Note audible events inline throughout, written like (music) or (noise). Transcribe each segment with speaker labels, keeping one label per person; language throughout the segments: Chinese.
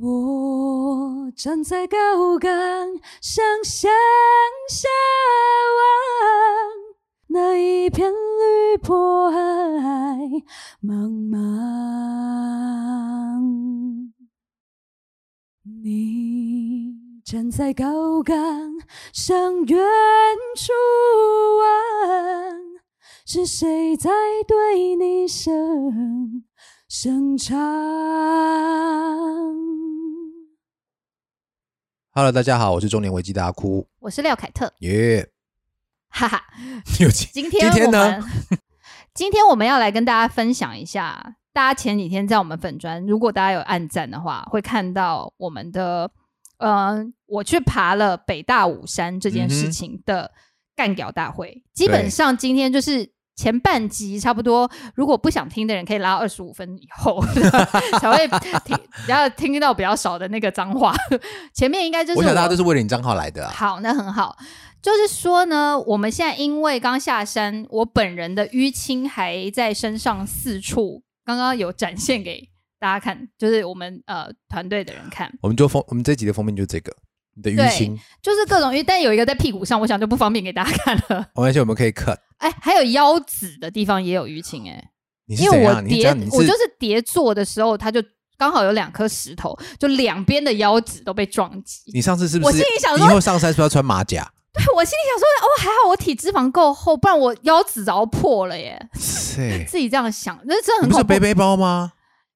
Speaker 1: 我站在高岗上向下望，那一片绿波海茫茫。你站在高岗上远处望，是谁在对你声声唱？
Speaker 2: Hello，大家好，我是中年危机的阿哭，
Speaker 3: 我是廖凯特，
Speaker 2: 耶、
Speaker 3: 哈哈。
Speaker 2: (laughs) 有请
Speaker 3: 今天
Speaker 2: 今天呢
Speaker 3: 我们 (laughs) 今天我们要来跟大家分享一下，大家前几天在我们粉专，如果大家有暗赞的话，会看到我们的，呃，我去爬了北大武山这件
Speaker 2: 嗯
Speaker 3: 事
Speaker 2: 哼
Speaker 3: 情的干屌大会，基本上今天就是。前半集差不多，如果不想听的人可以拉到二十五分以后 (laughs) 才会
Speaker 2: (laughs)
Speaker 3: 听，然后听到比较少的那个脏话。前面应该就是
Speaker 2: 我想大家都
Speaker 3: 我
Speaker 2: 是为了你账号来的、啊，
Speaker 3: 好，那很好。就是说呢，我们现在因为刚下山，我本人的淤青还在身上四处，刚刚有展现给大家看，就是我们呃团队的人看，
Speaker 2: 我们就封我们这一集的封面就是这个你的淤青，
Speaker 3: 就是各种淤，但有一个在屁股上，我想就不方便给大家看了。
Speaker 2: 没关系，我们可以 cut。
Speaker 3: (laughs) 哎，还有腰子的地方也有淤青哎、
Speaker 2: 你是
Speaker 3: 因
Speaker 2: 怎
Speaker 3: 为我
Speaker 2: 样？你是这
Speaker 3: 叠
Speaker 2: 样，你，
Speaker 3: 我就是是叠坐的时候，它就刚好有两颗石头，就两边的腰子都被撞击。
Speaker 2: 你上次是不
Speaker 3: 我
Speaker 2: 是？
Speaker 3: 心里想
Speaker 2: 以
Speaker 3: 说，
Speaker 2: 后上山是不是要穿马
Speaker 3: (laughs)
Speaker 2: 甲？
Speaker 3: 对我心里想说，哦，还好我体脂肪够厚，不然我腰子早破了耶。
Speaker 2: 是，
Speaker 3: 自己这样想，那真的
Speaker 2: 你
Speaker 3: 很
Speaker 2: 不
Speaker 3: 恐
Speaker 2: 是
Speaker 3: 怖
Speaker 2: 背。背包吗？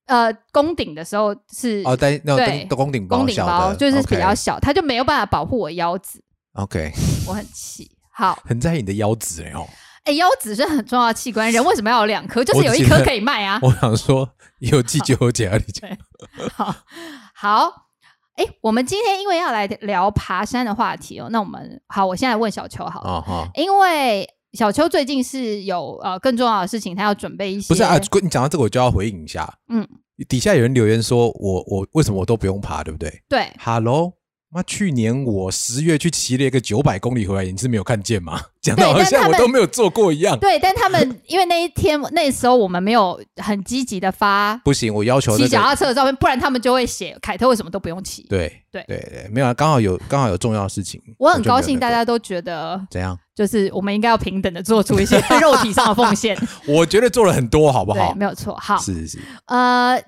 Speaker 3: 呃，攻顶的时候是
Speaker 2: 哦，带那
Speaker 3: 对
Speaker 2: 种登攻顶包，
Speaker 3: 攻顶
Speaker 2: 小
Speaker 3: 包，
Speaker 2: 的，
Speaker 3: 就是比较小，它就没有办法保护我腰子，
Speaker 2: OK，,
Speaker 3: 我很气。好，
Speaker 2: 很在意你的腰子哎哦。
Speaker 3: 哎，腰子是很重要的器官，人为什么要有两颗？就
Speaker 2: 我
Speaker 3: 是有一
Speaker 2: 只觉
Speaker 3: 颗
Speaker 2: 得
Speaker 3: 可以卖啊。
Speaker 2: 我想说，有记就有解啊，你讲
Speaker 3: 对好，好，哎，我们今天因为要来聊爬山的话题哦，那我们好，我现在问小秋 (laughs) 好了，
Speaker 2: 啊哈。
Speaker 3: 因为小秋最近是有呃更重要的事情，他要准备一些，
Speaker 2: 不是啊，你讲到这个我就要回应一下。
Speaker 3: 嗯，
Speaker 2: 底下有人留言说我我为什么我都不用爬，对不对？
Speaker 3: 对，
Speaker 2: Hello，妈，去年我十月去骑了一个九百公里回来，你是没有看见吗？ (laughs) 讲到好
Speaker 3: 但他
Speaker 2: 像
Speaker 3: 们
Speaker 2: 我都没有做过一样。
Speaker 3: 对，但他们因为那一天那时候我们没有很积极的发
Speaker 2: 不行，我要求那
Speaker 3: 骑脚
Speaker 2: 个
Speaker 3: 踏车的照片，不然他们就会写凯特为什么都不用骑。
Speaker 2: 对
Speaker 3: 对
Speaker 2: 对对，没有啊，刚好有刚好有重要的事情，
Speaker 3: 我很
Speaker 2: 就没有
Speaker 3: 高兴
Speaker 2: 那个
Speaker 3: 大家都觉得，
Speaker 2: 怎样？
Speaker 3: 就是我们应该要平等的做出一些肉体上的奉
Speaker 2: (laughs)
Speaker 3: 献。
Speaker 2: 我觉得做了很多，好不
Speaker 3: 对，
Speaker 2: 好？
Speaker 3: 没有错。好，
Speaker 2: 是是是，
Speaker 3: 呃，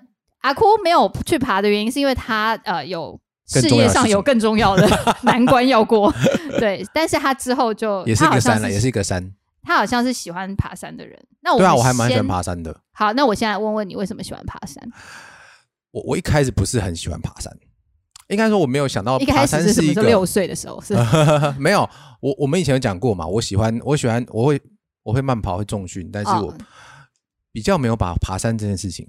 Speaker 3: 阿哭没有去爬的原因是因为他呃有。
Speaker 2: 更
Speaker 3: 事
Speaker 2: 重要
Speaker 3: 业
Speaker 2: 的
Speaker 3: 上
Speaker 2: 事情
Speaker 3: 有更重要的 (laughs) 难关要过，对，但是他之后就
Speaker 2: 也是
Speaker 3: 他
Speaker 2: 一
Speaker 3: 好
Speaker 2: 个
Speaker 3: 像
Speaker 2: 山了，也是一个山。
Speaker 3: 他好像是喜欢爬山的人。那我
Speaker 2: 对啊，
Speaker 3: 们
Speaker 2: 我还蛮喜
Speaker 3: 先
Speaker 2: 欢爬山的。
Speaker 3: 好，那我现在问问你为什么喜欢爬山？
Speaker 2: 我我一开始不是很喜欢爬山，应该说我没有想到
Speaker 3: 一
Speaker 2: 哦爬
Speaker 3: 开始
Speaker 2: 山
Speaker 3: 是什
Speaker 2: 一
Speaker 3: 么时
Speaker 2: 个
Speaker 3: 候？六岁的时候
Speaker 2: (laughs)
Speaker 3: 是
Speaker 2: 没有，我我们以前有讲过嘛，我喜欢我喜欢我会我会慢跑会重训，但是
Speaker 3: 哦
Speaker 2: 我比较没有把爬山这件事情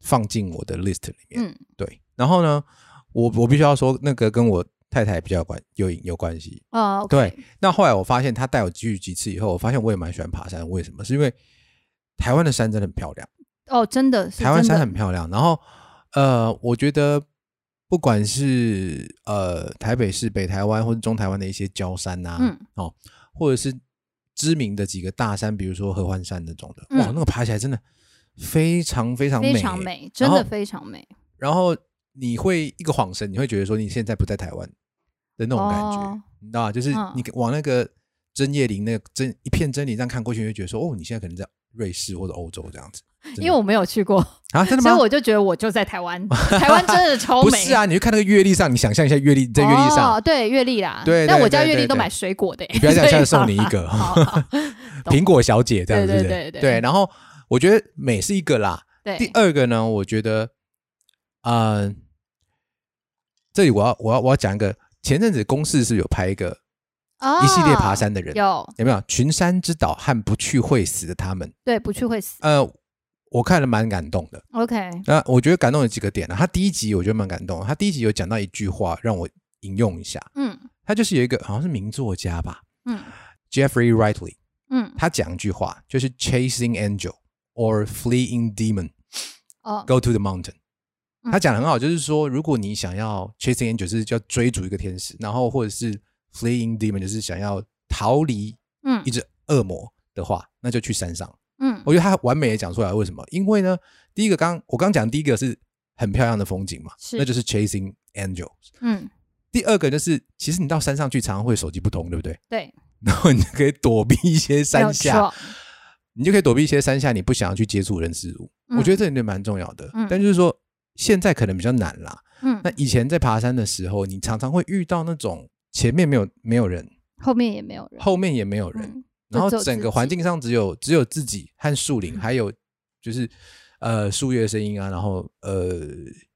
Speaker 2: 放进我的 list 里面。
Speaker 3: 嗯
Speaker 2: 对，然后呢，我我必须要说，那个跟我太太比较有关有有关系。
Speaker 3: 哦，OK，
Speaker 2: 对，那后来我发现她带我去几次以后，我发现我也蛮喜欢爬山。为什么？是因为台湾的山真的很漂亮。
Speaker 3: 哦，真的是
Speaker 2: 台湾
Speaker 3: 真的
Speaker 2: 山很漂亮，然后呃，我觉得不管是呃台北市、北台湾或者中台湾的一些礁山呐、
Speaker 3: 嗯
Speaker 2: 哦，或者是知名的几个大山，比如说合欢山那种的，哇，
Speaker 3: 嗯
Speaker 2: 那个爬起来真的非常非常美，
Speaker 3: 非常。美，真的
Speaker 2: 然后
Speaker 3: 非常美
Speaker 2: 然后你会一个晃神，你会觉得说你现在不在台湾的那种感觉，
Speaker 3: 哦
Speaker 2: 你知道吧？就是
Speaker 3: 嗯
Speaker 2: 你往那个针叶林那个针一片针林这样看过去，你会觉得说哦，你现在可能在瑞士或者欧洲这样子。真的
Speaker 3: 因为我没有去过，
Speaker 2: 啊，真的
Speaker 3: 所
Speaker 2: 吗？
Speaker 3: 以我就觉得我就在台
Speaker 2: (laughs)
Speaker 3: 湾，台湾真的超
Speaker 2: 不
Speaker 3: 美。
Speaker 2: 是啊，你去看那个阅历上，你想象一下阅历在阅历上，
Speaker 3: 哦，对月历啦，
Speaker 2: 对对
Speaker 3: 但我家
Speaker 2: 对
Speaker 3: 月历
Speaker 2: 对
Speaker 3: 都
Speaker 2: 对
Speaker 3: 买水果的欸，
Speaker 2: 你不要这样，
Speaker 3: 所以
Speaker 2: 下次送你一
Speaker 3: (laughs)
Speaker 2: 个
Speaker 3: 好好
Speaker 2: (laughs)
Speaker 3: 好懂
Speaker 2: 苹果小姐这样，
Speaker 3: 对
Speaker 2: 是不是？
Speaker 3: 对对对
Speaker 2: 然后我觉得美是一个啦，第
Speaker 3: 对，
Speaker 2: 二个呢，我觉得，嗯、这里我要我要我要讲一个，前阵子公视是不是有拍一个
Speaker 3: 哦
Speaker 2: 一系列爬山的人，
Speaker 3: 有
Speaker 2: 有没有？群山之岛和不去会死的他们，
Speaker 3: 对不去会死
Speaker 2: 呃，我看了蛮感动的。
Speaker 3: ，OK，
Speaker 2: 那我觉得感动有几个点呢、啊，他第一集我觉得蛮感动的，他第一集有讲到一句话，让我引用一下，
Speaker 3: 嗯
Speaker 2: 他就是有一个好像是名作家吧，
Speaker 3: 嗯
Speaker 2: Jeffrey Wrightley，
Speaker 3: 嗯，
Speaker 2: 他讲一句话，就是 “chasing angel or fleeing demon,
Speaker 3: 哦
Speaker 2: go to the mountain”。
Speaker 3: 嗯
Speaker 2: 他讲得很好，就是说，如果你想要 chasing angel，就是要追逐一个天使，然后或者是 fleeing demon，就是想要逃离
Speaker 3: 嗯
Speaker 2: 一只恶魔的话，那就去山上。
Speaker 3: 嗯
Speaker 2: 我觉得他完美的讲出来为什么？因为呢，第一个刚我刚讲第一个是很漂亮的风景嘛，
Speaker 3: 是
Speaker 2: 那就是 Chasing Angels。
Speaker 3: 嗯，
Speaker 2: 第二个就是，其实你到山上去，常常会手机不通，对不对？
Speaker 3: 对，
Speaker 2: 然后你就可以躲避一些
Speaker 3: 没有
Speaker 2: 山下，
Speaker 3: 错，
Speaker 2: 你就可以躲避一些山下你不想要去接触人事物。
Speaker 3: 嗯
Speaker 2: 我觉得这一点蛮重要的。
Speaker 3: 嗯
Speaker 2: 但就是说，现在可能比较难啦。
Speaker 3: 嗯
Speaker 2: 那，以前在爬山的时候，你常常会遇到那种前面没有没有人，
Speaker 3: 后面也没有人，
Speaker 2: 后面也没有人，
Speaker 3: 嗯
Speaker 2: 然后
Speaker 3: 就只有
Speaker 2: 整个
Speaker 3: 自己嗯
Speaker 2: 环境上只有只有自己和树林，还有就是呃树叶的声音啊，然后呃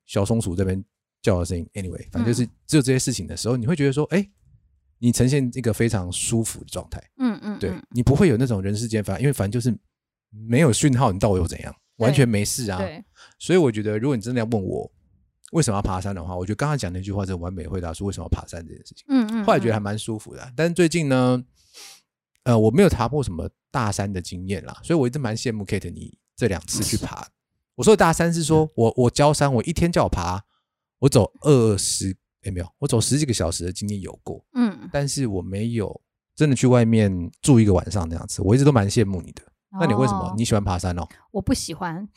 Speaker 2: 小松鼠这边叫的声音。Anyway，反正就是
Speaker 3: 嗯
Speaker 2: 只有这些事情的时候，你会觉得说，哎、你呈现一个非常舒服的状态，
Speaker 3: 嗯嗯，
Speaker 2: 对、啊
Speaker 3: 嗯
Speaker 2: 你不会有那种人世间烦，因为反正就是没有讯号，你到底又怎样？完
Speaker 3: 对
Speaker 2: 全没事啊。
Speaker 3: 对，
Speaker 2: 所以我觉得，如果你真的要问我为什么要爬山的话，我觉得刚刚讲那句话真的完美回答出为什么要爬山这件事情。
Speaker 3: 嗯嗯，
Speaker 2: 后来觉得
Speaker 3: 嗯
Speaker 2: 还蛮舒服的啊、但是最近呢，呃，我没有爬过什么大山的经验啦，所以我一直蛮羡慕 Kate 你这两次去爬。我说的大山是说我我教山，我一天叫我爬，我走二十哎没有，我走十几个小时的经验有过，
Speaker 3: 嗯，
Speaker 2: 但是我没有真的去外面住一个晚上那样子，我一直都蛮羡慕你的。那你为什么
Speaker 3: 哦
Speaker 2: 你喜欢爬山哦？
Speaker 3: 我不喜欢？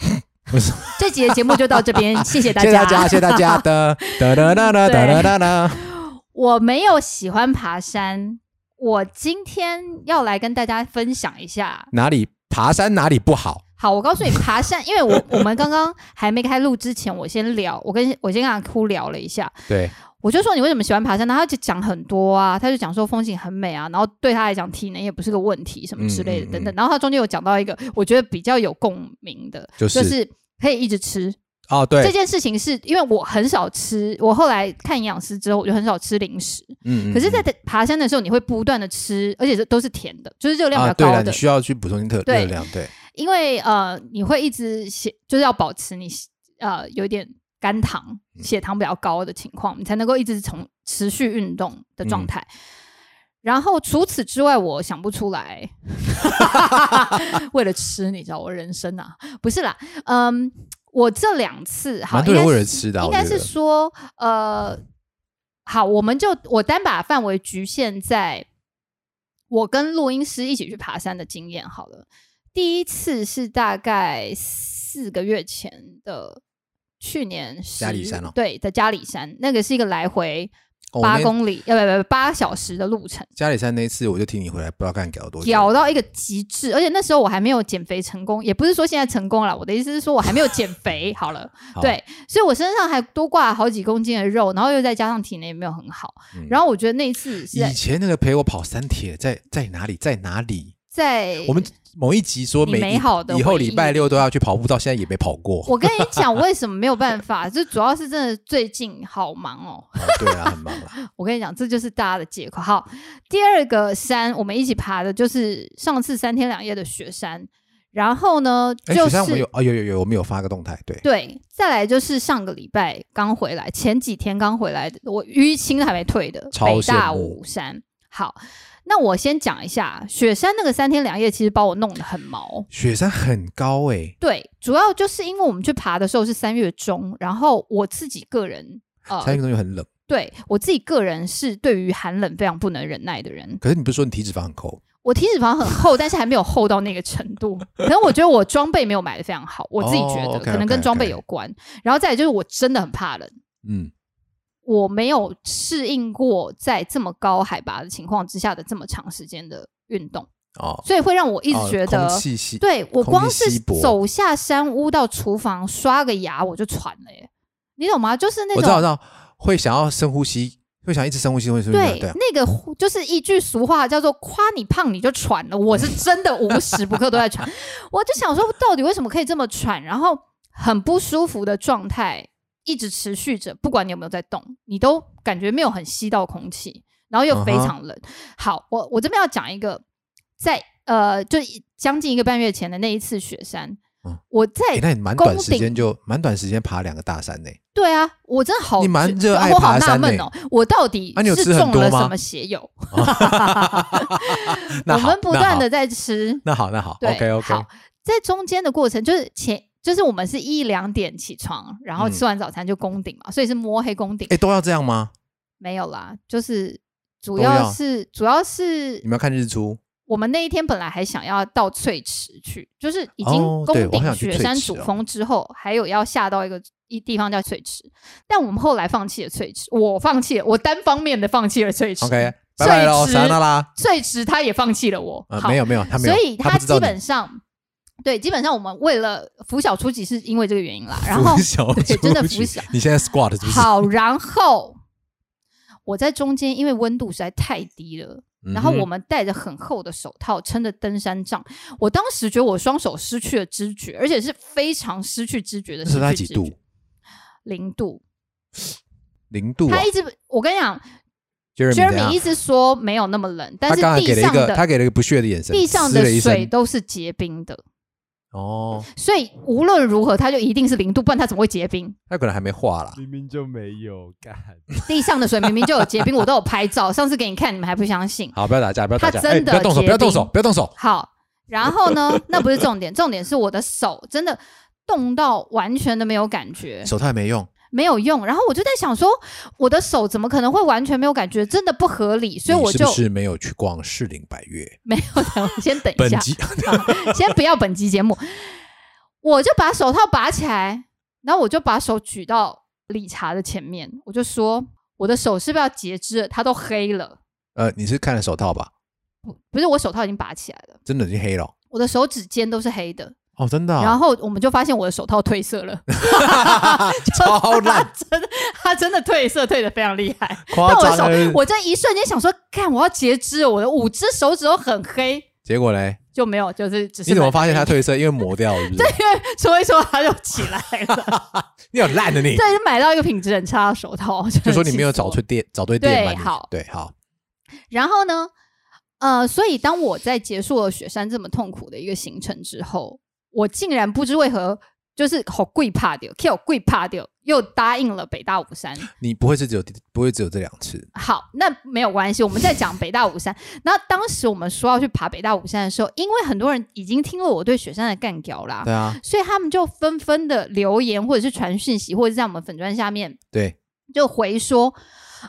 Speaker 2: 为什
Speaker 3: 这集的节目就到这边，谢谢大
Speaker 2: 谢谢大
Speaker 3: 家
Speaker 2: 家，谢谢大家的哒哒哒哒哒哒哒。
Speaker 3: (laughs) 我没有喜欢爬山，我今天要来跟大家分享一下。
Speaker 2: 哪里爬山哪里不好？
Speaker 3: 好，我告诉你，爬山，因为我我们刚刚还没开录之前，我先聊，我跟我先跟阿哭聊了一下，
Speaker 2: 对，
Speaker 3: 我就说你为什么喜欢爬山，然后他就讲很多啊，他就讲说风景很美啊，然后对他来讲体能也不是个问题什么之类
Speaker 2: 嗯嗯
Speaker 3: 的
Speaker 2: 嗯
Speaker 3: 等等，然后他中间有讲到一个我觉得比较有共鸣的，
Speaker 2: 就是
Speaker 3: 就是可以一直吃，
Speaker 2: 哦
Speaker 3: 这
Speaker 2: 对，
Speaker 3: 件事情是因为我很少吃，我后来看营养师之后，我就很少吃零食。
Speaker 2: 嗯嗯
Speaker 3: 可是，
Speaker 2: 嗯
Speaker 3: 在爬山的时候，你会不断的吃，而且这都是甜的，就是热量比
Speaker 2: 啊，
Speaker 3: 较
Speaker 2: 对
Speaker 3: 高
Speaker 2: 了，
Speaker 3: 的
Speaker 2: 你，需要去补充热
Speaker 3: 对
Speaker 2: 热量，对，
Speaker 3: 因为呃，你会一直血，就是要保持你呃有一点肝糖、
Speaker 2: 嗯
Speaker 3: 血糖比较高的情况，你才能够一直从持续运动的
Speaker 2: 嗯
Speaker 3: 状态。然后除此之外，我想不出
Speaker 2: (laughs)
Speaker 3: 来。为了吃，你知道我人生啊，不是啦，嗯，我这两次好，
Speaker 2: 蛮多人
Speaker 3: 应该
Speaker 2: 为
Speaker 3: 是
Speaker 2: 了吃的啊，
Speaker 3: 应
Speaker 2: 我
Speaker 3: 该
Speaker 2: 觉
Speaker 3: 是
Speaker 2: 得
Speaker 3: 说，呃，好，我们就我单把范围局限在我跟录音师一起去爬山的经验好了。第一次是大概四个月前的，去年
Speaker 2: 嘉
Speaker 3: 10
Speaker 2: 里山哦
Speaker 3: 对，在嘉里山，那个是一个来回
Speaker 2: 哦
Speaker 3: 八
Speaker 2: 那
Speaker 3: 公里，要不不不八小时的路程，
Speaker 2: 家里山那一次，我就听你回来，不知道干搞多久，
Speaker 3: 咬到一个极致。而且那时候我还没有减肥成功，也不是说现在成功了，我的意思是说我还没有减
Speaker 2: (laughs)
Speaker 3: 肥好了。
Speaker 2: 好，
Speaker 3: 对，所以我身上还多挂了好几公斤的肉，然后又再加上体能也没有很好，
Speaker 2: 嗯
Speaker 3: 然后我觉得那一次是
Speaker 2: 以
Speaker 3: 在
Speaker 2: 前那个陪我跑三铁在在哪里，在哪里？
Speaker 3: 在
Speaker 2: 我们某一集说
Speaker 3: 你
Speaker 2: 每
Speaker 3: 美好的
Speaker 2: 以后
Speaker 3: 回忆
Speaker 2: 礼拜六都要去跑步，到现在也没跑过，哦
Speaker 3: 我跟你讲为什么没有办法，就主要是真的最近好忙哦。
Speaker 2: 哦对啊，很忙啦，
Speaker 3: 我跟你讲，这就是大家的借口。好，第二个山我们一起爬的就是上次三天两夜的雪山，然后呢
Speaker 2: 哎，
Speaker 3: 就
Speaker 2: 雪山我们有
Speaker 3: 是。
Speaker 2: 啊，有有有，我们有发个动态，对，
Speaker 3: 对，再来就是上个礼拜刚回来，前几天刚回来的，我淤青还没退的
Speaker 2: 超
Speaker 3: 北大
Speaker 2: 羡慕
Speaker 3: 武山。好，那我先讲一下雪山那个三天两夜，其实把我弄得很毛。
Speaker 2: 雪山很高欸诶，
Speaker 3: 对，主要就是因为我们去爬的时候是三月中，然后我自己个人，
Speaker 2: 山
Speaker 3: 呃，
Speaker 2: 运动又很冷，
Speaker 3: 对我自己个人是对于寒冷非常不能忍耐的人。
Speaker 2: 可是你不是说你体脂肪很高？
Speaker 3: 我体脂肪很厚，但是还没有厚到那个程度。可能我觉得我装备没有买的非常好，我自己觉得、
Speaker 2: 哦，OK，OK，OK
Speaker 3: 可能跟装备有关。然后再来就是我真的很怕冷，
Speaker 2: 嗯，
Speaker 3: 我没有适应过在这么高海拔的情况之下的这么长时间的运动，
Speaker 2: 哦，
Speaker 3: 所以会让我一直
Speaker 2: 哦
Speaker 3: 觉得、
Speaker 2: 空气稀
Speaker 3: 对我
Speaker 2: 空
Speaker 3: 光
Speaker 2: 气稀
Speaker 3: 是
Speaker 2: 薄
Speaker 3: 走下山屋到厨房刷个牙我就喘了耶，你懂吗？就是那
Speaker 2: 我知道，我知
Speaker 3: 种
Speaker 2: 道，会想要深呼吸，会想一直深呼吸，会深呼吸，
Speaker 3: 对
Speaker 2: 对啊，
Speaker 3: 那个呼就是一句俗话叫做“夸你胖你就喘了”，我是真的无时不刻都在喘， (laughs) 我就想说到底为什么可以这么喘，然后很不舒服的状态一直持续着，不管你有没有在动，你都感觉没有很吸到空气，然后又非
Speaker 2: 嗯哼
Speaker 3: 常冷。好，我我这边要讲一个，在呃，就一将近一个半月前的那一次雪山，
Speaker 2: 嗯
Speaker 3: 我在
Speaker 2: 诶那你蛮
Speaker 3: 宫
Speaker 2: 短时间
Speaker 3: 顶
Speaker 2: 就蛮短时间爬两个大山呢、欸
Speaker 3: 对啊，我真的好，
Speaker 2: 你蛮热爱
Speaker 3: 我好
Speaker 2: 爬
Speaker 3: 纳
Speaker 2: 山
Speaker 3: 闷
Speaker 2: 呢
Speaker 3: 哦，我到底
Speaker 2: 啊你有
Speaker 3: 是
Speaker 2: 吃很
Speaker 3: 中
Speaker 2: 多
Speaker 3: 了
Speaker 2: 吗
Speaker 3: 什么邪
Speaker 2: (laughs)
Speaker 3: 友？ (laughs)
Speaker 2: 那
Speaker 3: 我
Speaker 2: 好
Speaker 3: 们不
Speaker 2: 那
Speaker 3: 断
Speaker 2: 好
Speaker 3: 的在吃，
Speaker 2: 那好，那好
Speaker 3: 对
Speaker 2: ，OK OK，
Speaker 3: 好，在中间的过程就是前。就是我们是一两点起床，然
Speaker 2: 嗯
Speaker 3: 后吃完早餐就攻顶嘛，所以是摸黑攻顶、
Speaker 2: 哎，都要这样吗？
Speaker 3: 没有啦，就是主
Speaker 2: 都
Speaker 3: 要
Speaker 2: 要
Speaker 3: 是主要是
Speaker 2: 你们要看日出，
Speaker 3: 我们那一天本来还想要到翠池去，就是已经
Speaker 2: 哦对
Speaker 3: 攻
Speaker 2: 我
Speaker 3: 顶
Speaker 2: 好想去
Speaker 3: 雪
Speaker 2: 翠
Speaker 3: 山
Speaker 2: 池
Speaker 3: 主
Speaker 2: 哦
Speaker 3: 峰之后，还有要下到一个一地方叫翠池，但我们后来放弃了翠池，我放弃了，我单方面的放弃了翠池。
Speaker 2: OK，拜拜喽，
Speaker 3: 池
Speaker 2: 撒那拉。
Speaker 3: 翠池他也放弃了我，
Speaker 2: 呃，
Speaker 3: 好
Speaker 2: 没有没有，他没有，
Speaker 3: 所以
Speaker 2: 他不知道
Speaker 3: 基
Speaker 2: 你
Speaker 3: 本上，对，基本上我们为了拂晓初几是因为这个原因啦。然后
Speaker 2: 拂 (laughs) 晓
Speaker 3: 对真的拂
Speaker 2: 出去
Speaker 3: 晓
Speaker 2: 你现在 squat 是不是？
Speaker 3: 好，然后我在中间，因为温度实在太低了，
Speaker 2: 嗯哼，
Speaker 3: 然后我们戴着很厚的手套，撑着登山杖，我当时觉得我双手失去了知觉，而且是非常失去知觉的
Speaker 2: 那
Speaker 3: 失
Speaker 2: 时候它
Speaker 3: 去
Speaker 2: 几
Speaker 3: 知
Speaker 2: 度
Speaker 3: 觉。？零度，
Speaker 2: 零度啊
Speaker 3: 他一直我跟你讲
Speaker 2: ，Jeremy 怎
Speaker 3: ，Jeremy
Speaker 2: 样
Speaker 3: 一直说没有那么冷，但
Speaker 2: 他
Speaker 3: 是
Speaker 2: 刚才
Speaker 3: 地
Speaker 2: 给了一
Speaker 3: 上
Speaker 2: 个他
Speaker 3: 的
Speaker 2: 给了一个不屑的眼神，
Speaker 3: 地上
Speaker 2: 呲了
Speaker 3: 的
Speaker 2: 一
Speaker 3: 水
Speaker 2: 声
Speaker 3: 都是结冰的，
Speaker 2: 哦，
Speaker 3: 所以无论如何，它就一定是零度，不然它怎么会结冰？
Speaker 2: 他可能还没化啦。
Speaker 4: 明明就没有干，
Speaker 3: 地上的水明明就有结冰，我都有拍照，上次给你看，你们还不相信。
Speaker 2: 好，不要打架，不要打
Speaker 3: 他
Speaker 2: 架，
Speaker 3: 真
Speaker 2: 哎
Speaker 3: 的
Speaker 2: 不要动手，
Speaker 3: 结
Speaker 2: 不要动手，
Speaker 3: 冰
Speaker 2: 不要动手。
Speaker 3: 好，然后呢？那不是重点，重点是我的手真的冻到完全的没有感觉，
Speaker 2: 手套也没用，
Speaker 3: 没有用。然后我就在想说，我的手怎么可能会完全没有感觉？真的不合理，所以
Speaker 2: 你
Speaker 3: 我
Speaker 2: 是不
Speaker 3: 就是
Speaker 2: 没有去逛士林百悦？
Speaker 3: 没有等我先等一
Speaker 2: 本
Speaker 3: 下，
Speaker 2: 集
Speaker 3: 好先不要本集节目，我就把手套拔起来，然后我就把手举到理查的前面，我就说我的手是不是要截肢了？它都黑了，
Speaker 2: (laughs) 呃，你是看了手套吧？
Speaker 3: 不不是我手套已经拔起来了，
Speaker 2: 真的已经黑了
Speaker 3: 我的手指尖都是黑的，
Speaker 2: 哦，真的啊。
Speaker 3: 然后我们就发现我的手套褪色
Speaker 2: (laughs)
Speaker 3: 了，
Speaker 2: 超烂，
Speaker 3: (laughs) 真的，它真的褪色褪的非常厉害。
Speaker 2: 夸
Speaker 3: 但我的
Speaker 2: 张
Speaker 3: 手，
Speaker 2: 欸。
Speaker 3: 我这一瞬间想说，看我要截肢了，我的五只手指都很黑，
Speaker 2: 结果嘞，
Speaker 3: 就没有，就是只是
Speaker 2: 你怎么
Speaker 3: 蛮
Speaker 2: 发现它
Speaker 3: 黑 (laughs) 的？
Speaker 2: 褪色？因为磨掉了，是不是？
Speaker 3: 说一说它就起来
Speaker 2: (laughs)
Speaker 3: 了。
Speaker 2: 你很烂的你。
Speaker 3: 对，就买到一个品质很差的手套，真的
Speaker 2: 哎就说你
Speaker 3: 气
Speaker 2: 没有
Speaker 3: 死我
Speaker 2: 找对店，找对店嘛。
Speaker 3: 对
Speaker 2: 你
Speaker 3: 好
Speaker 2: 对，好，
Speaker 3: 然后呢，呃，所以当我在结束了雪山这么痛苦的一个行程之后，我竟然不知为何就是好贵怕掉，kill 贵怕掉，又答应了北大武山。
Speaker 2: 你不会是只有不会只有这两次，
Speaker 3: 好，那没有关系，我们再讲北大武山。那当时我们说要去爬北大武山的时候，因为很多人已经听了我对雪山的干屌啦。
Speaker 2: 对啊，
Speaker 3: 所以他们就纷纷的留言，或者是传讯息，或者是在我们粉砖下面
Speaker 2: 对，
Speaker 3: 就回说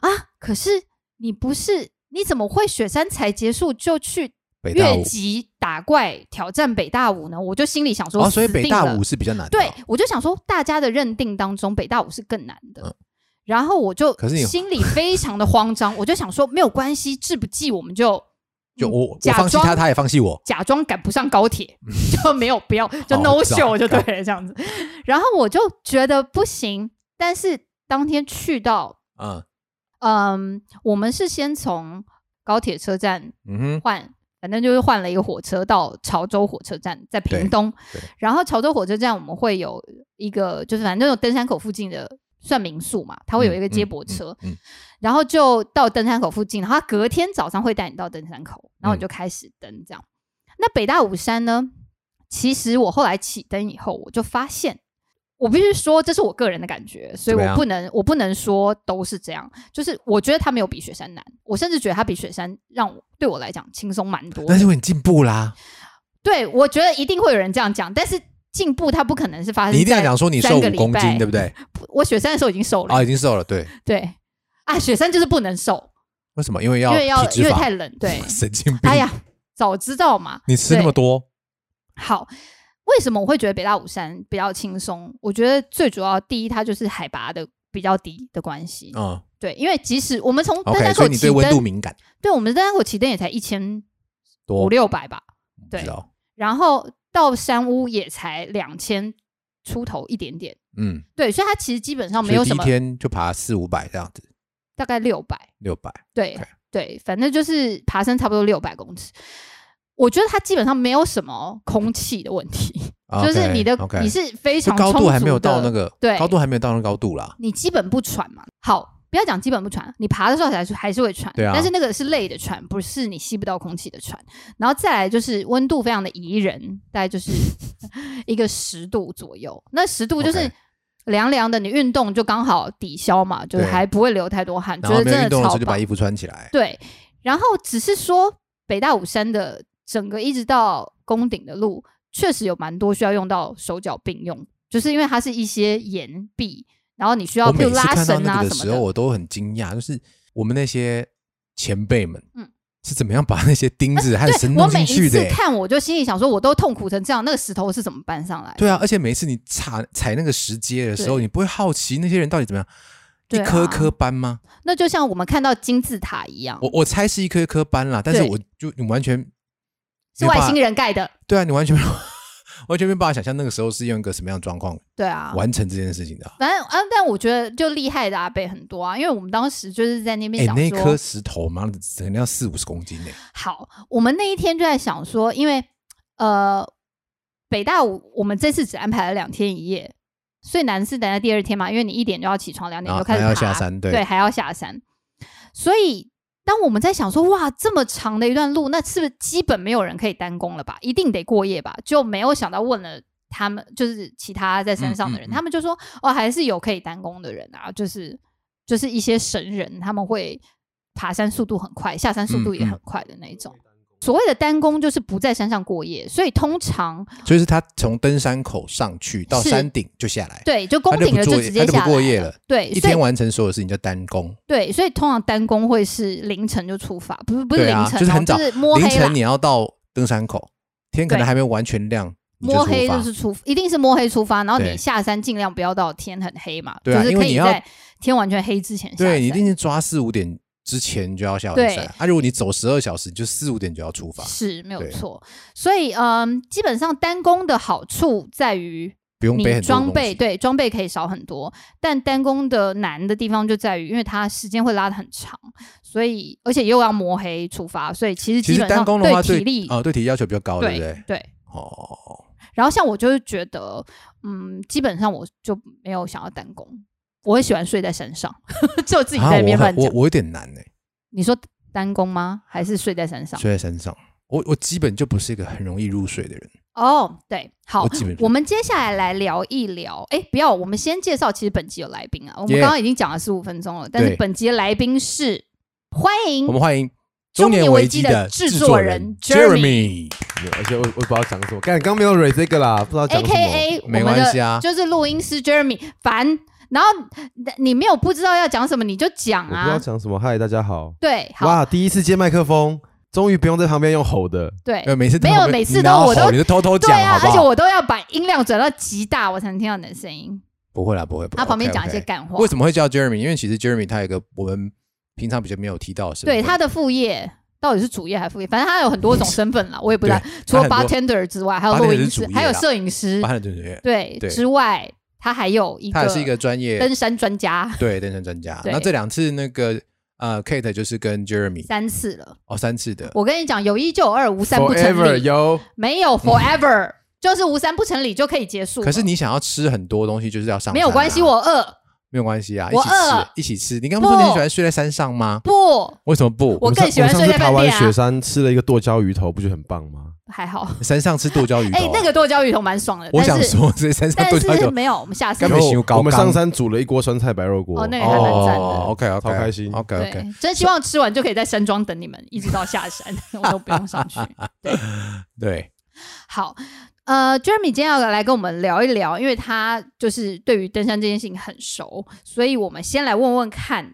Speaker 3: 啊，可是你不是你怎么会雪山才结束就去
Speaker 2: 北大
Speaker 3: 越
Speaker 2: 五
Speaker 3: 级打怪挑战北大五呢？我就心里想说，
Speaker 2: 哦，所以
Speaker 3: 死
Speaker 2: 北
Speaker 3: 定
Speaker 2: 大
Speaker 3: 了
Speaker 2: 五是比较难的
Speaker 3: 对
Speaker 2: 哦，
Speaker 3: 我就想说，大家的认定当中，北大五是更难的。
Speaker 2: 嗯
Speaker 3: 然后我就
Speaker 2: 可是你
Speaker 3: 心里非常的慌张，我就想说没有关系，志不济我们就嗯
Speaker 2: 就我我
Speaker 3: 假
Speaker 2: 放弃他，
Speaker 3: 装
Speaker 2: 他也放弃我，
Speaker 3: 假装赶不上高铁，就没有不
Speaker 2: (laughs)
Speaker 3: 要就 no
Speaker 2: 嗯哦
Speaker 3: show 就
Speaker 2: 糟
Speaker 3: 对
Speaker 2: 糕
Speaker 3: 了这样子。然后我就觉得不行，但是当天去到
Speaker 2: 嗯
Speaker 3: 嗯，我们是先从高铁车站
Speaker 2: 嗯哼，
Speaker 3: 换，反正就是换了一个火车到潮州火车站，在屏
Speaker 2: 对
Speaker 3: 东
Speaker 2: 对。
Speaker 3: 然后潮州火车站我们会有一个，就是反正有登山口附近的算民宿嘛，它会有一个接驳车，
Speaker 2: 嗯，嗯，嗯
Speaker 3: 然后就到登山口附近，然后它隔天早上会带你到登山口，然
Speaker 2: 嗯
Speaker 3: 后你就开始登这样。那北大武山呢？其实我后来起登以后，我就发现，我必须说这是我个人的感觉，所以
Speaker 2: 怎么
Speaker 3: 我
Speaker 2: 样
Speaker 3: 不能我不能说都是这样。就是我觉得它没有比雪山难，我甚至觉得它比雪山让我对我来讲轻松蛮多
Speaker 2: 但是
Speaker 3: 的。
Speaker 2: 你进步啦，
Speaker 3: 对，我觉得一定会有人这样讲，但是进步它不可能是发生在。
Speaker 2: 你一定要讲说你
Speaker 3: 三
Speaker 2: 瘦
Speaker 3: 个
Speaker 2: 五
Speaker 3: 礼
Speaker 2: 公
Speaker 3: 拜
Speaker 2: 斤，对不对？
Speaker 3: 我雪山的时候已经瘦了，
Speaker 2: 啊，已经瘦了，对，
Speaker 3: 对啊，雪山就是不能瘦，
Speaker 2: 为什么？因为要
Speaker 3: 因为要
Speaker 2: 体
Speaker 3: 因
Speaker 2: 脂
Speaker 3: 为
Speaker 2: 肪
Speaker 3: 太，冷，对。
Speaker 2: (laughs) 神经病，
Speaker 3: 哎，呀，早知道嘛。
Speaker 2: 你吃那么多，
Speaker 3: 好，为什么我会觉得北大武山比较轻松？我觉得最主要第一，它就是海拔的比较低的关系。
Speaker 2: 嗯
Speaker 3: 对，因为即使我们从登
Speaker 2: ，OK，
Speaker 3: 山
Speaker 2: 所
Speaker 3: 口
Speaker 2: 以你
Speaker 3: 起
Speaker 2: 对温度
Speaker 3: 登，
Speaker 2: 敏感
Speaker 3: 对，我们登山口起登也才一千
Speaker 2: 多
Speaker 3: 五，六百吧，
Speaker 2: 不
Speaker 3: 对
Speaker 2: 知，道，
Speaker 3: 然后到山屋也才两千出头一点点。
Speaker 2: 嗯，
Speaker 3: 对，所以它其实基本上哦没
Speaker 2: 所
Speaker 3: 有
Speaker 2: 以第
Speaker 3: 什
Speaker 2: 一
Speaker 3: 么，
Speaker 2: 天就爬四五百这样子，
Speaker 3: 大概六百。
Speaker 2: 六百，
Speaker 3: 对
Speaker 2: OK
Speaker 3: 对，反正就是爬升差不多六百公尺。我觉得它基本上没有什么空气的问题， (laughs) 就是你的
Speaker 2: OK，
Speaker 3: 你是非
Speaker 2: 就
Speaker 3: 常
Speaker 2: 高
Speaker 3: 充
Speaker 2: 度还没
Speaker 3: 足
Speaker 2: 有到
Speaker 3: 的
Speaker 2: 那个，
Speaker 3: 对
Speaker 2: 高度还没有到那个高度啦，
Speaker 3: 你基本不喘嘛。好，不要讲基本不喘，你爬的时候还是还是会喘，
Speaker 2: 对啊
Speaker 3: 但是那个是累的喘，不是你吸不到空气的喘。然后再来就是温度非常的宜人，大概就是
Speaker 2: (laughs)
Speaker 3: 一个十度左右。那十度就是
Speaker 2: OK。
Speaker 3: 凉凉的，你运动就刚好抵消嘛，就是
Speaker 2: 对
Speaker 3: 还不会流太多汗，觉
Speaker 2: 然后
Speaker 3: 得
Speaker 2: 没
Speaker 3: 真的
Speaker 2: 有运动的时
Speaker 3: 超
Speaker 2: 候就把
Speaker 3: 棒。
Speaker 2: 衣服穿起来，
Speaker 3: 对，然后只是说北大武山的整个一直到宫顶的路，确实有蛮多需要用到手脚并用，就是因为它是一些岩壁，然后你需要
Speaker 2: 我
Speaker 3: 比
Speaker 2: 每
Speaker 3: 如
Speaker 2: 次
Speaker 3: 拉
Speaker 2: 看到
Speaker 3: 绳
Speaker 2: 那
Speaker 3: 啊
Speaker 2: 个的
Speaker 3: 什么
Speaker 2: 时候，
Speaker 3: 的。
Speaker 2: 我都很惊讶，就是我们那些前辈们，
Speaker 3: 嗯啊
Speaker 2: 是怎么样把那些钉子和绳
Speaker 3: 我
Speaker 2: 弄
Speaker 3: 每
Speaker 2: 进
Speaker 3: 一
Speaker 2: 去的
Speaker 3: 次
Speaker 2: 欸、
Speaker 3: 看，我就心里想说，我都痛苦成这样，那个石头是怎么搬上来的？
Speaker 2: 对啊，而且每一次你踩踩那个石阶的时候，
Speaker 3: 对
Speaker 2: 你不会好奇那些人到底怎么样？一
Speaker 3: 对啊
Speaker 2: 颗颗搬吗？
Speaker 3: 那就像我们看到金字塔一样，
Speaker 2: 我我猜是一颗一颗搬啦，但是
Speaker 3: 对
Speaker 2: 我就你完全
Speaker 3: 是外星
Speaker 2: 人，
Speaker 3: 人盖的。
Speaker 2: 对啊，你完全 (laughs) 没有完全没有办法想象那个时候是用一个什么样的状况
Speaker 3: 对啊，
Speaker 2: 完成这件事情的啊。
Speaker 3: 反正啊，但我觉得就厉害的阿贝很多啊，因为我们当时就是在那边
Speaker 2: 哎，
Speaker 3: 想
Speaker 2: 那一
Speaker 3: 说，
Speaker 2: 颗石头妈的可能要四五十公斤呢。
Speaker 3: 好，我们那一天就在想说，因为呃，北大五我们这次只安排了两天一夜，所以难是等在第二天嘛，因为你一点就要起床，两点
Speaker 2: 啊
Speaker 3: 就开始
Speaker 2: 还要
Speaker 3: 爬
Speaker 2: 下山对
Speaker 3: 还要下山，所以。当我们在想说，哇，这么长的一段路，那是不是基本没有人可以单攻了吧？一定得过夜吧？就没有想到问了他们，就是其他在山上的人，
Speaker 2: 嗯嗯嗯
Speaker 3: 他们就说，哦，还是有可以单攻的人啊，就是就是一些神人，他们会爬山速度很快，下山速度也
Speaker 2: 嗯嗯
Speaker 3: 很快的那一种。所谓的单攻就是不在山上过夜，所以通常
Speaker 2: 所以是他从登山口上去到
Speaker 3: 是
Speaker 2: 山顶就下来，
Speaker 3: 对就攻
Speaker 2: 他就
Speaker 3: 顶
Speaker 2: 不
Speaker 3: 了
Speaker 2: 做
Speaker 3: 直接
Speaker 2: 他就不
Speaker 3: 下来
Speaker 2: 过夜了
Speaker 3: 对，
Speaker 2: 一
Speaker 3: 所以
Speaker 2: 天完成所有事情叫单攻。
Speaker 3: 对，所以通常单攻会是凌晨就出发，不是不是
Speaker 2: 对
Speaker 3: 凌
Speaker 2: 啊
Speaker 3: 晨哦，
Speaker 2: 就是很早
Speaker 3: 摸
Speaker 2: 凌
Speaker 3: 黑啦
Speaker 2: 晨你，要到登山口，天可能
Speaker 3: 对
Speaker 2: 还没有完全亮，你就
Speaker 3: 摸黑
Speaker 2: 出发
Speaker 3: 就是出，一定是摸黑出发，然后
Speaker 2: 对
Speaker 3: 你下山尽量不要到天很黑嘛，
Speaker 2: 对啊
Speaker 3: 就是
Speaker 2: 因为
Speaker 3: 可
Speaker 2: 你
Speaker 3: 以
Speaker 2: 要
Speaker 3: 在天完全黑之前下山。
Speaker 2: 对你一定是抓四五点之前就要下完
Speaker 3: 对
Speaker 2: 山。啊，如果你走十二小时，你就四五点就要出发，
Speaker 3: 是没有
Speaker 2: 对
Speaker 3: 错，所以嗯，基本上单攻的好处在于
Speaker 2: 不用背
Speaker 3: 你
Speaker 2: 很多东
Speaker 3: 装
Speaker 2: 西
Speaker 3: 备对装备可以少很多，但单攻的难的地方就在于，因为它时间会拉的很长，所以而且又要磨黑出发，所以其实
Speaker 2: 其
Speaker 3: 基
Speaker 2: 实
Speaker 3: 本
Speaker 2: 单
Speaker 3: 上
Speaker 2: 攻的话，
Speaker 3: 对体
Speaker 2: 对
Speaker 3: 力、
Speaker 2: 啊、对体力要求比较高，
Speaker 3: 对
Speaker 2: 对不对？
Speaker 3: 对。
Speaker 2: 哦，
Speaker 3: 然后像我就是觉得，嗯，基本上我就没有想要单攻，我很喜欢睡在山上， (laughs) 只有自己
Speaker 2: 啊
Speaker 3: 在那边
Speaker 2: 我
Speaker 3: 乱
Speaker 2: 很
Speaker 3: 讲
Speaker 2: 我。我有点难哎、
Speaker 3: 你说单攻吗？还是睡在山上？
Speaker 2: 睡在山上，我我基本就不是一个很容易入睡的人。
Speaker 3: 哦，对，好
Speaker 2: 我基本，
Speaker 3: 我们接下来来聊一聊。哎，不要，我们先介绍，其实本集有来宾啊，我们
Speaker 2: Yeah
Speaker 3: 刚刚已经讲了十五分钟了，但是
Speaker 2: 对
Speaker 3: 本集的来宾是欢迎
Speaker 2: 我们欢迎
Speaker 3: 中年危
Speaker 2: 危
Speaker 3: 机
Speaker 2: 机
Speaker 3: 的制
Speaker 2: 制
Speaker 3: 作
Speaker 2: 作
Speaker 3: 人
Speaker 2: 人
Speaker 3: Jeremy
Speaker 4: 而且我我不知道讲什么，刚刚没有蕊这个啦，不知道
Speaker 3: A
Speaker 4: 讲什
Speaker 3: K
Speaker 4: 么。
Speaker 3: A 我
Speaker 2: 没
Speaker 3: 们
Speaker 2: 关系
Speaker 3: 的
Speaker 2: 啊
Speaker 3: 就是录音师 Jeremy 凡。然后你没有不知道要讲什么，你就讲
Speaker 4: 我不知道
Speaker 3: 啊。
Speaker 4: 讲什么。嗨，大家好。
Speaker 3: 对，好，
Speaker 4: 哇，第一次接麦克风，终于不用在旁边用吼的。
Speaker 3: 对，
Speaker 2: 呃，每次都
Speaker 3: 没有
Speaker 2: 旁边
Speaker 3: 每次
Speaker 2: 你
Speaker 3: 都
Speaker 2: 然后
Speaker 3: 我都
Speaker 2: 吼你就偷偷
Speaker 3: 对
Speaker 2: 讲，
Speaker 3: 啊，
Speaker 2: 好不
Speaker 3: 而且
Speaker 2: 好？
Speaker 3: 我都要把音量转到极大，我才能听到你的声音。
Speaker 2: 不会啦，不会。不会
Speaker 3: 他旁边
Speaker 2: 哦 OK，OK
Speaker 3: 讲一些干话
Speaker 2: 为什么会叫 Jeremy？因为其实 Jeremy 他有一个我们平常比较没有提到的身份，
Speaker 3: 对，他的副业到底是主业还是副业？反正他有很多种身份啦，我也不知道
Speaker 2: 对。
Speaker 3: (laughs) 除了
Speaker 2: 他很多
Speaker 3: bartender 之外，还有录
Speaker 2: bartender
Speaker 3: 音
Speaker 2: 是
Speaker 3: 师
Speaker 2: 主业，啦
Speaker 3: 还有摄影师
Speaker 2: 巴，汉的同学，
Speaker 3: 对
Speaker 2: 对
Speaker 3: 之外，他还有一
Speaker 2: 他
Speaker 3: 个
Speaker 2: 也是一个专业
Speaker 3: 登山专家，
Speaker 2: 对登山专家。
Speaker 3: 对
Speaker 2: 那这两次那个呃，Kate 就是跟 Jeremy
Speaker 3: 三次了。
Speaker 2: 哦三次的，
Speaker 3: 我跟你讲，有一就有二，无三不成
Speaker 4: Forever
Speaker 3: 理，
Speaker 4: 有
Speaker 3: 没有 forever，就是 (laughs) 无三不成理就可以结束了。
Speaker 2: 可是你想要吃很多东西，就是要上
Speaker 3: 没有
Speaker 2: 山
Speaker 3: 关
Speaker 2: 啊
Speaker 3: 系，我饿
Speaker 2: 没有关系啊，一
Speaker 3: 我
Speaker 2: 起
Speaker 3: 饿了
Speaker 2: 吃，一起吃。你刚不是说你很喜欢睡在山上吗？
Speaker 3: 不
Speaker 2: 为什么不？
Speaker 3: 我
Speaker 4: 们
Speaker 3: 更
Speaker 4: 上
Speaker 3: 喜欢
Speaker 4: 我们
Speaker 3: 睡
Speaker 4: 上
Speaker 3: 在
Speaker 4: 次
Speaker 3: 饭
Speaker 4: 爬完
Speaker 3: 店啊
Speaker 4: 雪山吃了一个剁椒鱼头，不觉得很棒吗？
Speaker 3: 还好。
Speaker 2: 山上吃剁椒鱼头、哦
Speaker 3: 哎，那个，剁椒鱼头蛮爽的，
Speaker 2: (laughs) 我
Speaker 3: 但
Speaker 2: 想
Speaker 3: 是
Speaker 2: 说，这山上
Speaker 3: 但
Speaker 2: 剁椒鱼
Speaker 3: 是
Speaker 2: 头
Speaker 3: 没有，我们下次
Speaker 2: 根本
Speaker 4: 然后
Speaker 2: 想高
Speaker 4: 我们
Speaker 2: 纲
Speaker 4: 上山煮了一锅酸菜白肉锅。
Speaker 3: 哦那个还蛮赞的
Speaker 2: 哦，OK OK，
Speaker 4: 超开心
Speaker 2: ，OK
Speaker 3: 对
Speaker 2: OK，
Speaker 3: 真希望吃完就可以在山庄等你们，一直到下
Speaker 2: (laughs)
Speaker 3: 山，我都不用上去。对，
Speaker 2: 对，
Speaker 3: 好，呃，Jeremy 今天要来跟我们聊一聊，因为他就是对于登山这件事情很熟，所以我们先来问问看，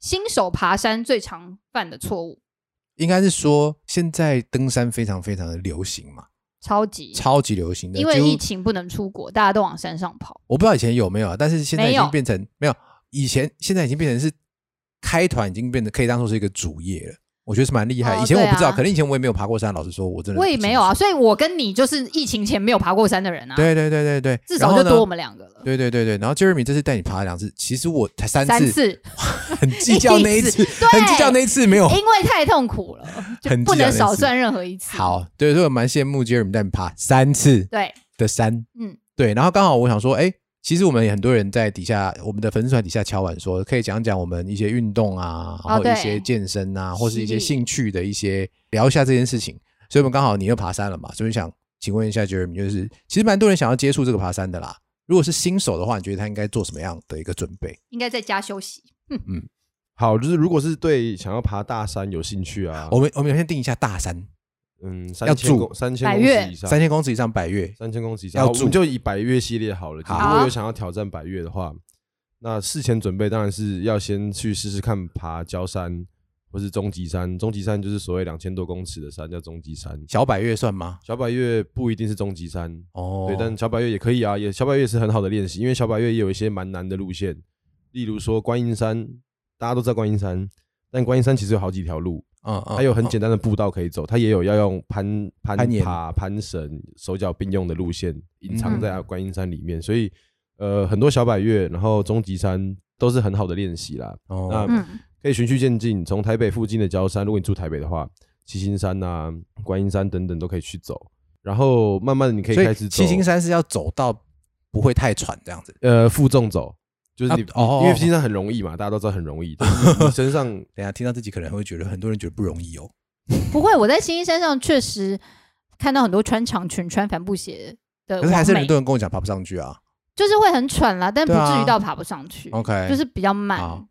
Speaker 3: 新手爬山最常犯的错误，
Speaker 2: 应该是说现在登山非常非常的流行嘛，
Speaker 3: 超级，
Speaker 2: 超级流行的，
Speaker 3: 嗯因为
Speaker 2: 几乎
Speaker 3: 疫情不能出国，大家都往山上跑，
Speaker 2: 我不知道以前有没有啊，但是现在已
Speaker 3: 没有
Speaker 2: 经变成没有，以前现在已经变成是开团已经变得可以当做是一个主业了，我觉得是蛮厉害的。
Speaker 3: 哦
Speaker 2: 以前我不知道，
Speaker 3: 对啊
Speaker 2: 可能以前我也没有爬过山，老实说，我真的
Speaker 3: 我也
Speaker 2: 不清
Speaker 3: 没有啊，
Speaker 2: 楚。
Speaker 3: 所以我跟你就是疫情前没有爬过山的人啊，
Speaker 2: 对对对对对，
Speaker 3: 至
Speaker 2: 然
Speaker 3: 少
Speaker 2: 后
Speaker 3: 就
Speaker 2: 呢
Speaker 3: 多我们两个了。
Speaker 2: 对对对对，然后 Jeremy 这次带你爬了两次，其实我才三次，
Speaker 3: 三次，
Speaker 2: 很计较那一次，
Speaker 3: 对
Speaker 2: 很计较那一次没有。
Speaker 3: 因为太痛苦了，就
Speaker 2: 哦很
Speaker 3: 不
Speaker 2: 计较
Speaker 3: 能
Speaker 2: 那
Speaker 3: 少
Speaker 2: 次
Speaker 3: 算任何一次。，
Speaker 2: 好，对，所以我蛮羡慕 Jeremy 带你爬三次
Speaker 3: 对，
Speaker 2: 的山，
Speaker 3: 嗯，
Speaker 2: 对，然后刚好我想说，哎，其实我们也很多人在底下，我们的粉丝团底下敲碗说，可以讲讲我们一些运动啊，
Speaker 3: 哦
Speaker 2: 或者
Speaker 3: 对
Speaker 2: 一些健身啊，或是一
Speaker 3: 犀
Speaker 2: 些
Speaker 3: 利
Speaker 2: 兴趣的一些聊一下这件事情。所以我们刚好你又爬山了嘛，所以想请问一下 Jeremy，就是其实蛮多人想要接触这个爬山的啦。如果是新手的话，你觉得他应该做什么样的一个准备？
Speaker 3: 应该在家休息。
Speaker 4: 好，就是如果是对想要爬大山有兴趣啊，
Speaker 2: 我们我们先定一下大山，
Speaker 4: 嗯，
Speaker 2: 哦要
Speaker 4: 三千
Speaker 2: 住
Speaker 4: 公三千
Speaker 3: 百
Speaker 4: 公
Speaker 3: 越
Speaker 4: 尺以上，
Speaker 2: 三千公尺以上百越，
Speaker 4: 三千公尺以
Speaker 2: 要
Speaker 4: 上，好我
Speaker 2: 住
Speaker 4: 们就以百越系列好了。就
Speaker 2: 好
Speaker 4: 如果有想要挑战百越的话，那事前准备当然是要先去试试看爬焦山，或是终极山。终极山就是所谓两千多公尺的山，叫终极山。
Speaker 2: 小百越算吗？
Speaker 4: 小百越不一定是终极山，
Speaker 2: 哦，
Speaker 4: 对，但小百越也可以啊，也小百越是很好的练习，因为小百越也有一些蛮难的路线，例如说观音山，大家都知道观音山，但观音山其实有好几条路，
Speaker 2: 嗯嗯，
Speaker 4: 它有很
Speaker 2: 嗯
Speaker 4: 简单的步道可以走，它也有要用攀攀
Speaker 2: 攀岩
Speaker 4: 爬、攀绳、手脚并用的路线，隐藏
Speaker 3: 嗯
Speaker 4: 在观音山里面，所以呃，很多小百越，然后终极山都是很好的练习啦。
Speaker 2: 哦
Speaker 4: 那
Speaker 3: 嗯，
Speaker 4: 可以循序渐进，从台北附近的礁山，如果你住台北的话，七星山呐、观音山等等都可以去走。然后慢慢的你可以
Speaker 2: 所
Speaker 4: 开
Speaker 2: 以
Speaker 4: 始走
Speaker 2: 七星山是要走到不会太喘这样子。
Speaker 4: 呃负重走，就是你、
Speaker 2: 啊哦
Speaker 4: 因为
Speaker 2: 哦
Speaker 4: 七星山很容易嘛，大家都知道很
Speaker 2: (laughs)
Speaker 4: 容易，但是你你身上
Speaker 2: 等一下听到自己可能会觉得很多人觉得不容易哦。
Speaker 3: 嗯不会，我在新一山上确实看到很多穿长裙、穿帆布鞋的
Speaker 2: 可是还
Speaker 3: 网
Speaker 2: 是很
Speaker 3: 美，
Speaker 2: 多人跟我讲爬不上去啊。
Speaker 3: 就是会很喘啦，但不
Speaker 2: 对啊
Speaker 3: 至于到爬不上去，
Speaker 2: OK，
Speaker 3: 就是比较慢
Speaker 2: 好。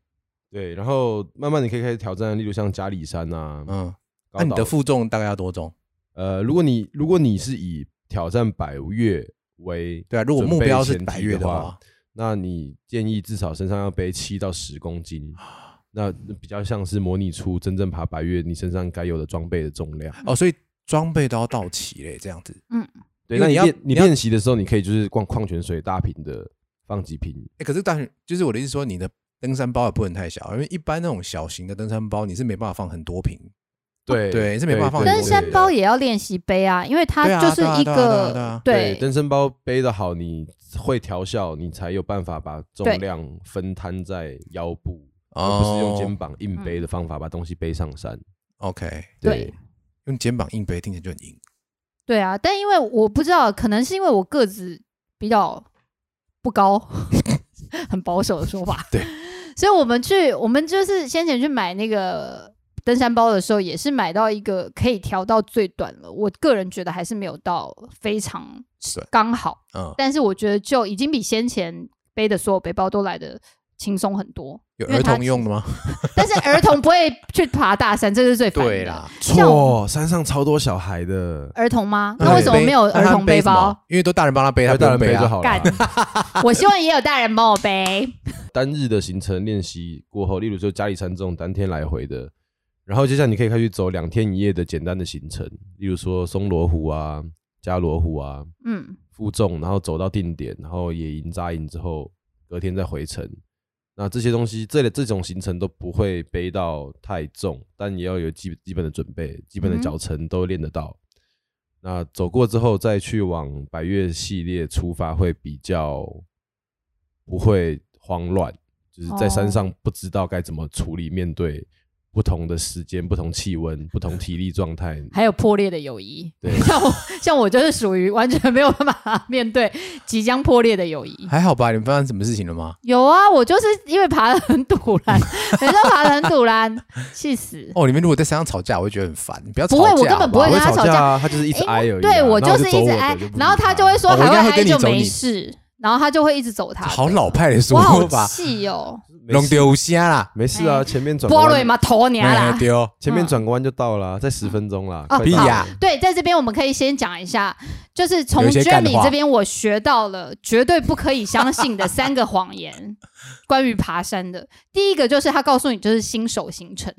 Speaker 4: 对，然后慢慢你可以开始挑战，例如像嘉里山呐、啊，
Speaker 2: 嗯，
Speaker 4: 高
Speaker 2: 那你
Speaker 4: 岛
Speaker 2: 的负重大概要多重？
Speaker 4: 呃，如果你如果你是以挑战百越为
Speaker 2: 对啊，如果目标是
Speaker 4: 准备前提
Speaker 2: 百越
Speaker 4: 的
Speaker 2: 的话，
Speaker 4: 那你建议至少身上要背七到十公斤，
Speaker 2: 啊
Speaker 4: 那比较像是模拟出真正爬白月你身上该有的装备的重量。
Speaker 2: 哦，所以装备都要到齐嘞，这样子。
Speaker 4: 对，
Speaker 2: 因为
Speaker 4: 那
Speaker 2: 你
Speaker 4: 你
Speaker 2: 要
Speaker 4: 练
Speaker 2: 你
Speaker 4: 你
Speaker 2: 要
Speaker 4: 练习的时候，你可以就是逛矿泉水大瓶的放几瓶，
Speaker 2: 哎，可是大学就是我的意思说，你的登山包也不能太小，因为一般那种小型的登山包你是没办法放很多瓶。
Speaker 4: 对
Speaker 2: 对是没办法放很多
Speaker 3: 登
Speaker 2: 对
Speaker 3: 山包也要练习背啊，因为它
Speaker 2: 对啊
Speaker 3: 就是一
Speaker 2: 对啊对啊对啊
Speaker 3: 个
Speaker 4: 对登山包背的好，你会调校，你才有办法把重
Speaker 3: 对
Speaker 4: 量分摊在腰部，而
Speaker 2: 哦，
Speaker 4: 不是用肩膀硬背的方法把东西背上山。
Speaker 2: OK，
Speaker 3: 嗯对
Speaker 2: 用肩膀硬背听起来就很硬。
Speaker 3: 对啊，但因为我不知道，可能是因为我个子比较不高， (laughs) 很保守的说法。
Speaker 2: 对，
Speaker 3: 所以我们去，我们就是先前去买那个登山包的时候，也是买到一个可以调到最短了。我个人觉得还是没有到非常
Speaker 2: 对
Speaker 3: 刚好，
Speaker 2: 嗯，
Speaker 3: 但是我觉得就已经比先前背的所有背包都来的轻松很多。
Speaker 2: 有
Speaker 3: 因为
Speaker 2: 儿
Speaker 3: 它
Speaker 2: 童用的吗？
Speaker 3: 但是儿童不会去爬大山，这是最烦的。，像我
Speaker 4: 错，山上超多小孩的，
Speaker 3: 儿童吗？
Speaker 2: 他
Speaker 3: 那
Speaker 2: 们
Speaker 3: 为什么
Speaker 2: 背
Speaker 3: 没有
Speaker 2: 那
Speaker 3: 儿
Speaker 2: 他们
Speaker 3: 童背
Speaker 2: 什么
Speaker 3: 包？？
Speaker 2: 因为都大人帮他背，他
Speaker 4: 让
Speaker 2: 不
Speaker 4: 大
Speaker 2: 用
Speaker 4: 人背
Speaker 2: 背
Speaker 4: 就
Speaker 2: 啊。
Speaker 4: 好了
Speaker 3: 干 (laughs)
Speaker 4: 啊。，
Speaker 3: 我希望也有大人帮我背。
Speaker 4: (laughs) 单日的行程练习过后，例如说家里山这种单天来回的，然后接下来你可以开始走两天一夜的简单的行程，例如说松罗湖啊、加罗湖啊、
Speaker 3: 嗯，
Speaker 4: 负重，然后走到定点，然后野营扎营之后，隔天再回程。那这些东西，这类这种行程都不会背到太重，但也要有基基本的准备，基本的脚程都练得到。那走过之后，再去往百越系列出发，会比较不会慌乱，就是
Speaker 3: 哦
Speaker 4: 在山上不知道该怎么处理面对不同的时间、不同气温、不同体力状态。
Speaker 3: 还有破裂的友谊。
Speaker 4: 对
Speaker 3: (laughs) 像我，像我就是属于完全没有办法面对即将破裂的友谊。
Speaker 2: 还好吧？你们发生什么事情了吗？
Speaker 3: (laughs) 有啊，我就是因为爬的很堵 (laughs) 然，每次都爬的很堵然，气死。
Speaker 2: 哦，你们如果在山上吵架，我会觉得很烦。你不要吵
Speaker 3: 不
Speaker 2: 架，
Speaker 3: 会我根本不会
Speaker 2: 好
Speaker 3: 跟
Speaker 2: 好
Speaker 3: 他吵
Speaker 4: 吵
Speaker 3: 架
Speaker 4: 架啊，他就是一直
Speaker 3: 因
Speaker 4: 挨而已啊、
Speaker 3: 对我
Speaker 4: 然后
Speaker 3: 就是一
Speaker 4: 走
Speaker 3: 直
Speaker 4: 我的
Speaker 3: 挨
Speaker 4: 就不，理
Speaker 3: 然后他就会说
Speaker 2: 哦我
Speaker 3: 还
Speaker 2: 应该会
Speaker 3: 挨
Speaker 2: 跟你
Speaker 3: 就
Speaker 2: 走
Speaker 3: 没
Speaker 2: 你
Speaker 3: 事，然后他就会一直走他的。
Speaker 2: 好老派的
Speaker 3: 我
Speaker 2: 说
Speaker 3: 好
Speaker 2: 法，
Speaker 3: 气哦，
Speaker 4: 没
Speaker 2: 弄
Speaker 4: 事
Speaker 2: 丢虾啦，
Speaker 4: 没事
Speaker 3: 哎
Speaker 4: 啊，前面转个
Speaker 3: 波瑞
Speaker 4: 弯，
Speaker 3: 嘛头娘啊啦
Speaker 2: 哎。丢，
Speaker 4: 前面
Speaker 3: 嗯
Speaker 4: 转个弯就到了啊，在十分钟啦，
Speaker 3: 哦
Speaker 4: 快
Speaker 2: 屁
Speaker 4: 到
Speaker 2: 呀
Speaker 4: 了！
Speaker 3: 对，在这边我们可以先讲一下，就是从
Speaker 2: 有一些干
Speaker 3: Jeremy
Speaker 2: 话
Speaker 3: 这边我学到了绝对不可以相信的三个谎
Speaker 2: (laughs)
Speaker 3: 言，关于爬山的。第一个就是他告诉你就是新手行
Speaker 2: (laughs)
Speaker 3: 程，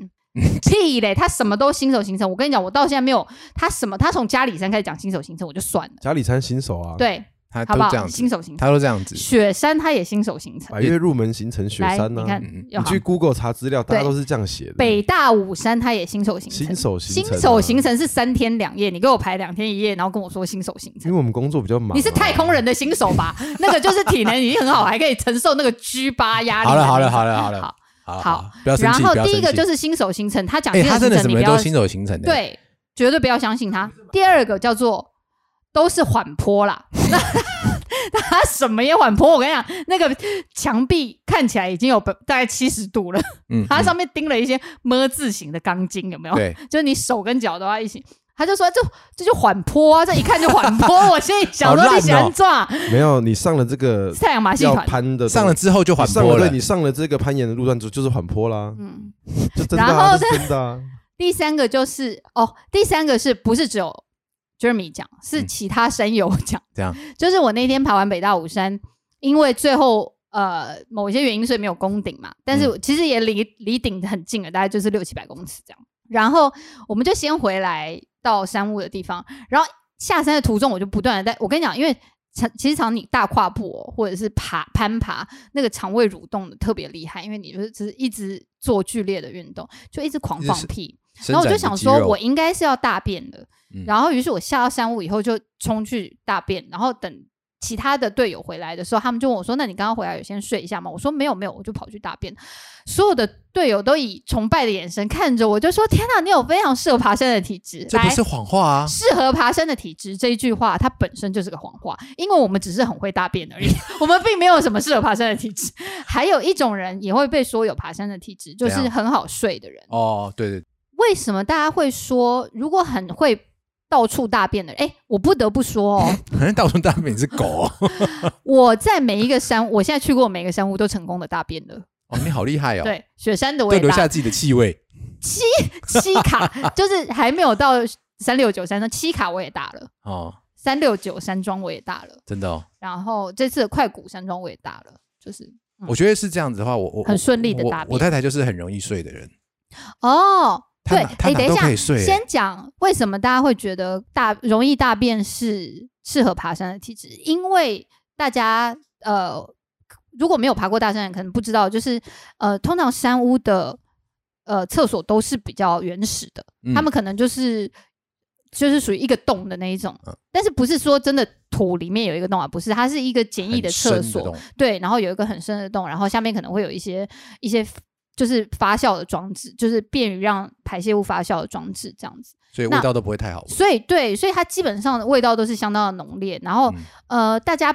Speaker 3: 屁嘞，他什么都新手行程。我跟你讲，我到现在没有他什么，他从家里山开始讲新手行程，我就算了。
Speaker 4: 家里参新手啊，，
Speaker 3: 对，
Speaker 2: 他
Speaker 3: 好
Speaker 2: 哦都
Speaker 3: 不好？
Speaker 2: 这样子
Speaker 3: 新，手行程，
Speaker 2: 他哎都这样子。
Speaker 3: 雪山他也新手行程
Speaker 4: 百，越入门行程雪
Speaker 3: 来
Speaker 4: 山
Speaker 3: 你
Speaker 4: 呢、
Speaker 3: 看
Speaker 2: 嗯，
Speaker 3: 有
Speaker 4: 你
Speaker 3: 好
Speaker 4: 去 Google 查资料，大家
Speaker 3: 对
Speaker 4: 都是这样写的。
Speaker 3: 北大武山他也新手行程，
Speaker 4: 新手行程啊
Speaker 3: 新手行程是三天两夜，你给我排两天一夜，然后跟我说新手行程
Speaker 4: 因。为我们工作比较忙、啊
Speaker 2: 啊
Speaker 3: 你是太空，人的新手
Speaker 2: (laughs)
Speaker 3: 吧？那个就是体能已经很好，还可以承受那个 G 八压力。
Speaker 2: 好了好了好了好了
Speaker 3: 好。好
Speaker 2: 好好，不要生
Speaker 3: 然
Speaker 2: 气，
Speaker 3: 后
Speaker 2: 不要
Speaker 3: 第一
Speaker 2: 生
Speaker 3: 个
Speaker 2: 气
Speaker 3: 就，是新手行程，他讲
Speaker 2: 哎，
Speaker 3: 新手
Speaker 2: 他真
Speaker 3: 行
Speaker 2: 的什
Speaker 3: 程，你
Speaker 2: 么
Speaker 3: 不
Speaker 2: 人都
Speaker 3: 要
Speaker 2: 新手行程的，，
Speaker 3: 对，绝对不要相信他。第二个叫做都是缓坡啦， (laughs) 那他什么也缓坡。我跟你讲，那个墙壁看起来已经有大概七十度了，
Speaker 2: 嗯，
Speaker 3: 它
Speaker 2: 嗯
Speaker 3: 上面钉了一些么字形的钢筋，有没有？
Speaker 2: 对，
Speaker 3: 就是你哦手跟脚都要一起。他就说：“这这就缓坡啊，这一看就缓坡。”
Speaker 2: (laughs)
Speaker 3: 我心里想
Speaker 2: 好
Speaker 3: 说：“
Speaker 2: 烂
Speaker 3: 你喜欢
Speaker 2: 哦
Speaker 3: 撞啊
Speaker 4: 没有你上了这个
Speaker 3: 太阳马戏
Speaker 4: 要
Speaker 3: 团
Speaker 4: 攀的
Speaker 2: 上了之后就缓
Speaker 4: 上
Speaker 2: 坡
Speaker 4: 了
Speaker 2: 了
Speaker 4: 对，你上了这个攀岩的路段就就是缓坡啦？”，
Speaker 3: 嗯，
Speaker 4: 就真的、啊，
Speaker 3: 然后
Speaker 4: 这是真的、啊。
Speaker 3: 第三个就是哦，第三个是不是只有 Jeremy 讲，是
Speaker 2: 嗯
Speaker 3: 其他山友讲？ (laughs)
Speaker 2: 这样
Speaker 3: 就是我那天爬完北大武山，因为最后呃某些原因，所以没有攻顶嘛。但
Speaker 2: 嗯
Speaker 3: 是其实也离离顶很近了，大概就是六七百公尺这样。然后我们就先回来到山屋的地方，然后下山的途中，我就不断的在，我跟你讲，因为常其实常你大跨步、哦、或者是爬攀爬，那个肠胃蠕动的特别厉害，因为你就是只是一直做剧烈的运动，就一直狂
Speaker 2: 一直
Speaker 3: 放
Speaker 2: 是
Speaker 3: 屁。
Speaker 2: 伸
Speaker 3: 然后我
Speaker 2: 展
Speaker 3: 就
Speaker 2: 你
Speaker 3: 想
Speaker 2: 肌
Speaker 3: 说，
Speaker 2: 肉
Speaker 3: 我应该是要大便的。
Speaker 2: 嗯
Speaker 3: 然后，于是我下到山屋以后就冲去大便，然后等其他的队友回来的时候，他们就问我说：“那你刚刚回来有先睡一下吗？”我说：“没有，没有，我就跑去大便。”所有的队友都以崇拜的眼神看着我，就说：“天哪，你有非常适合爬山的体质，
Speaker 2: 这
Speaker 3: 来
Speaker 2: 不是谎话啊！
Speaker 3: 适合爬山的体质这一句话，它本身就是个谎话，因为我们只是很会大便而已， (laughs) 我们并没有什么适合爬山的体质。 (laughs) 还有一种人也会被说有爬山的体质，就
Speaker 2: 怎
Speaker 3: 是
Speaker 2: 样
Speaker 3: 很好睡的人。
Speaker 2: 哦，对对，
Speaker 3: 为什么大家会说，如果很会到处大便的人，哎，我不得不说 (laughs) 哦，
Speaker 2: 好像大众大便是狗哦，
Speaker 3: 我在每一个山，我现在去过每个山屋都成功的大便了。
Speaker 2: (laughs) 哦你好厉害哦，
Speaker 3: 对，雪山的我
Speaker 2: 都
Speaker 3: 也
Speaker 2: 留
Speaker 3: 大
Speaker 2: 下，自己的气味，
Speaker 3: 七卡 (laughs) 就是还没有到三六九山庄，七卡我也大了，
Speaker 2: 哦，
Speaker 3: 三六九山庄我也大了，
Speaker 2: 真的哦。
Speaker 3: 然后这次的快谷山庄我也大了，就是嗯
Speaker 2: 我觉得是这样子的话，我我
Speaker 3: 很顺利地
Speaker 2: 我
Speaker 3: 大
Speaker 2: 我
Speaker 3: 便
Speaker 2: 我太太就是很容易睡的人，
Speaker 3: 哦，
Speaker 2: 她
Speaker 3: 对
Speaker 2: 哪，她
Speaker 3: 哎，等
Speaker 2: 哪
Speaker 3: 一
Speaker 2: 都
Speaker 3: 下
Speaker 2: 可以，睡，
Speaker 3: 先讲为什么大家会觉得大容易大便是适合爬山的体质，因为大家呃如果没有爬过大山，可能不知道，就是呃通常山屋的呃厕所都是比较原始的，
Speaker 2: 嗯
Speaker 3: 他们可能就是就是属于一个洞的那一种，
Speaker 2: 嗯
Speaker 3: 但是不是说真的土里面有一个洞啊，不是，它是一个简易
Speaker 2: 很
Speaker 3: 的
Speaker 2: 深
Speaker 3: 厕
Speaker 2: 的
Speaker 3: 所，
Speaker 2: 洞
Speaker 3: 对，然后有一个很深的洞，然后下面可能会有一些一些就是发酵的装置，就是便于让排泄物发酵的装置这样子。
Speaker 2: 所以
Speaker 3: 那
Speaker 2: 味道都不会太好。
Speaker 3: 所以对，所以它基本上的味道都是相当的浓烈。然后、
Speaker 2: 嗯
Speaker 3: 呃，大家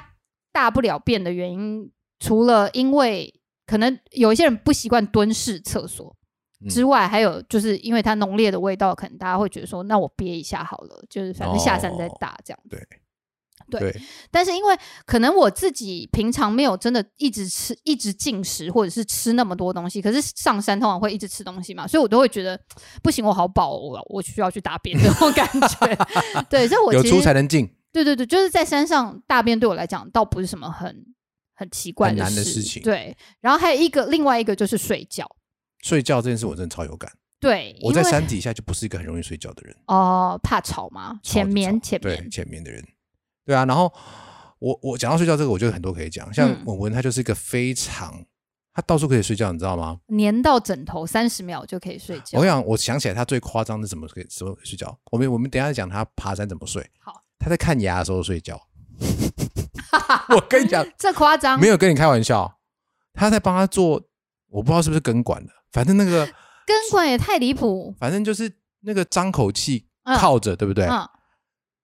Speaker 3: 大不了便的原因，除了因为可能有一些人不习惯蹲式厕所。之
Speaker 2: 嗯
Speaker 3: 外，还有就是因为它浓烈的味道，可能大家会觉得说，那我憋一下好了，就是反正下山再
Speaker 2: 哦
Speaker 3: 打这样子。
Speaker 2: 对
Speaker 3: 对
Speaker 2: 对，
Speaker 3: 但是因为可能我自己平常没有真的一直吃、一直进食，或者是吃那么多东西，可是上山通常会一直吃东西嘛，所以我都会觉得不行，我好饱、哦，我我需要去大便这种感觉。 (laughs) 对，所以我
Speaker 2: 有
Speaker 3: 其
Speaker 2: 出才
Speaker 3: 实
Speaker 2: 能进，
Speaker 3: 对对对，就是在山上大便对我来讲倒不是什么很很奇怪
Speaker 2: 很
Speaker 3: 的
Speaker 2: 难的
Speaker 3: 事
Speaker 2: 事情
Speaker 3: 对，然后还有一个另外一个就是睡觉。
Speaker 2: 睡觉这件事我真的超有感。
Speaker 3: 对，
Speaker 2: 我
Speaker 3: 因
Speaker 2: 在
Speaker 3: 为
Speaker 2: 山底下就不是一个很容易睡觉的人，
Speaker 3: 哦、怕吵吗？
Speaker 2: 超级
Speaker 3: 前面
Speaker 2: 吵
Speaker 3: 前
Speaker 2: 对
Speaker 3: 面，
Speaker 2: 前面的人，对啊。然后我我讲到睡觉这个，我觉得很多可以讲，像
Speaker 3: 嗯
Speaker 2: 文文他就是一个非常。他到处可以睡觉，你知道吗？
Speaker 3: 粘到枕头三十秒就可以睡
Speaker 2: 我
Speaker 3: 觉
Speaker 2: 跟你。讲，我想起来他最夸张的怎么可以怎么睡觉。我们我们等一下讲他爬山怎么睡。
Speaker 3: 好，
Speaker 2: 他在看牙的时候睡觉。
Speaker 3: (laughs)
Speaker 2: 我跟你讲，
Speaker 3: 这夸张
Speaker 2: 没，有跟你开玩笑，他在帮他做，我不知道是不是根管的，反正那
Speaker 3: (laughs)
Speaker 2: 个
Speaker 3: 根管也太离谱。
Speaker 2: 反正就是那个张口器
Speaker 3: 嗯
Speaker 2: 靠着，对不对？
Speaker 3: 嗯，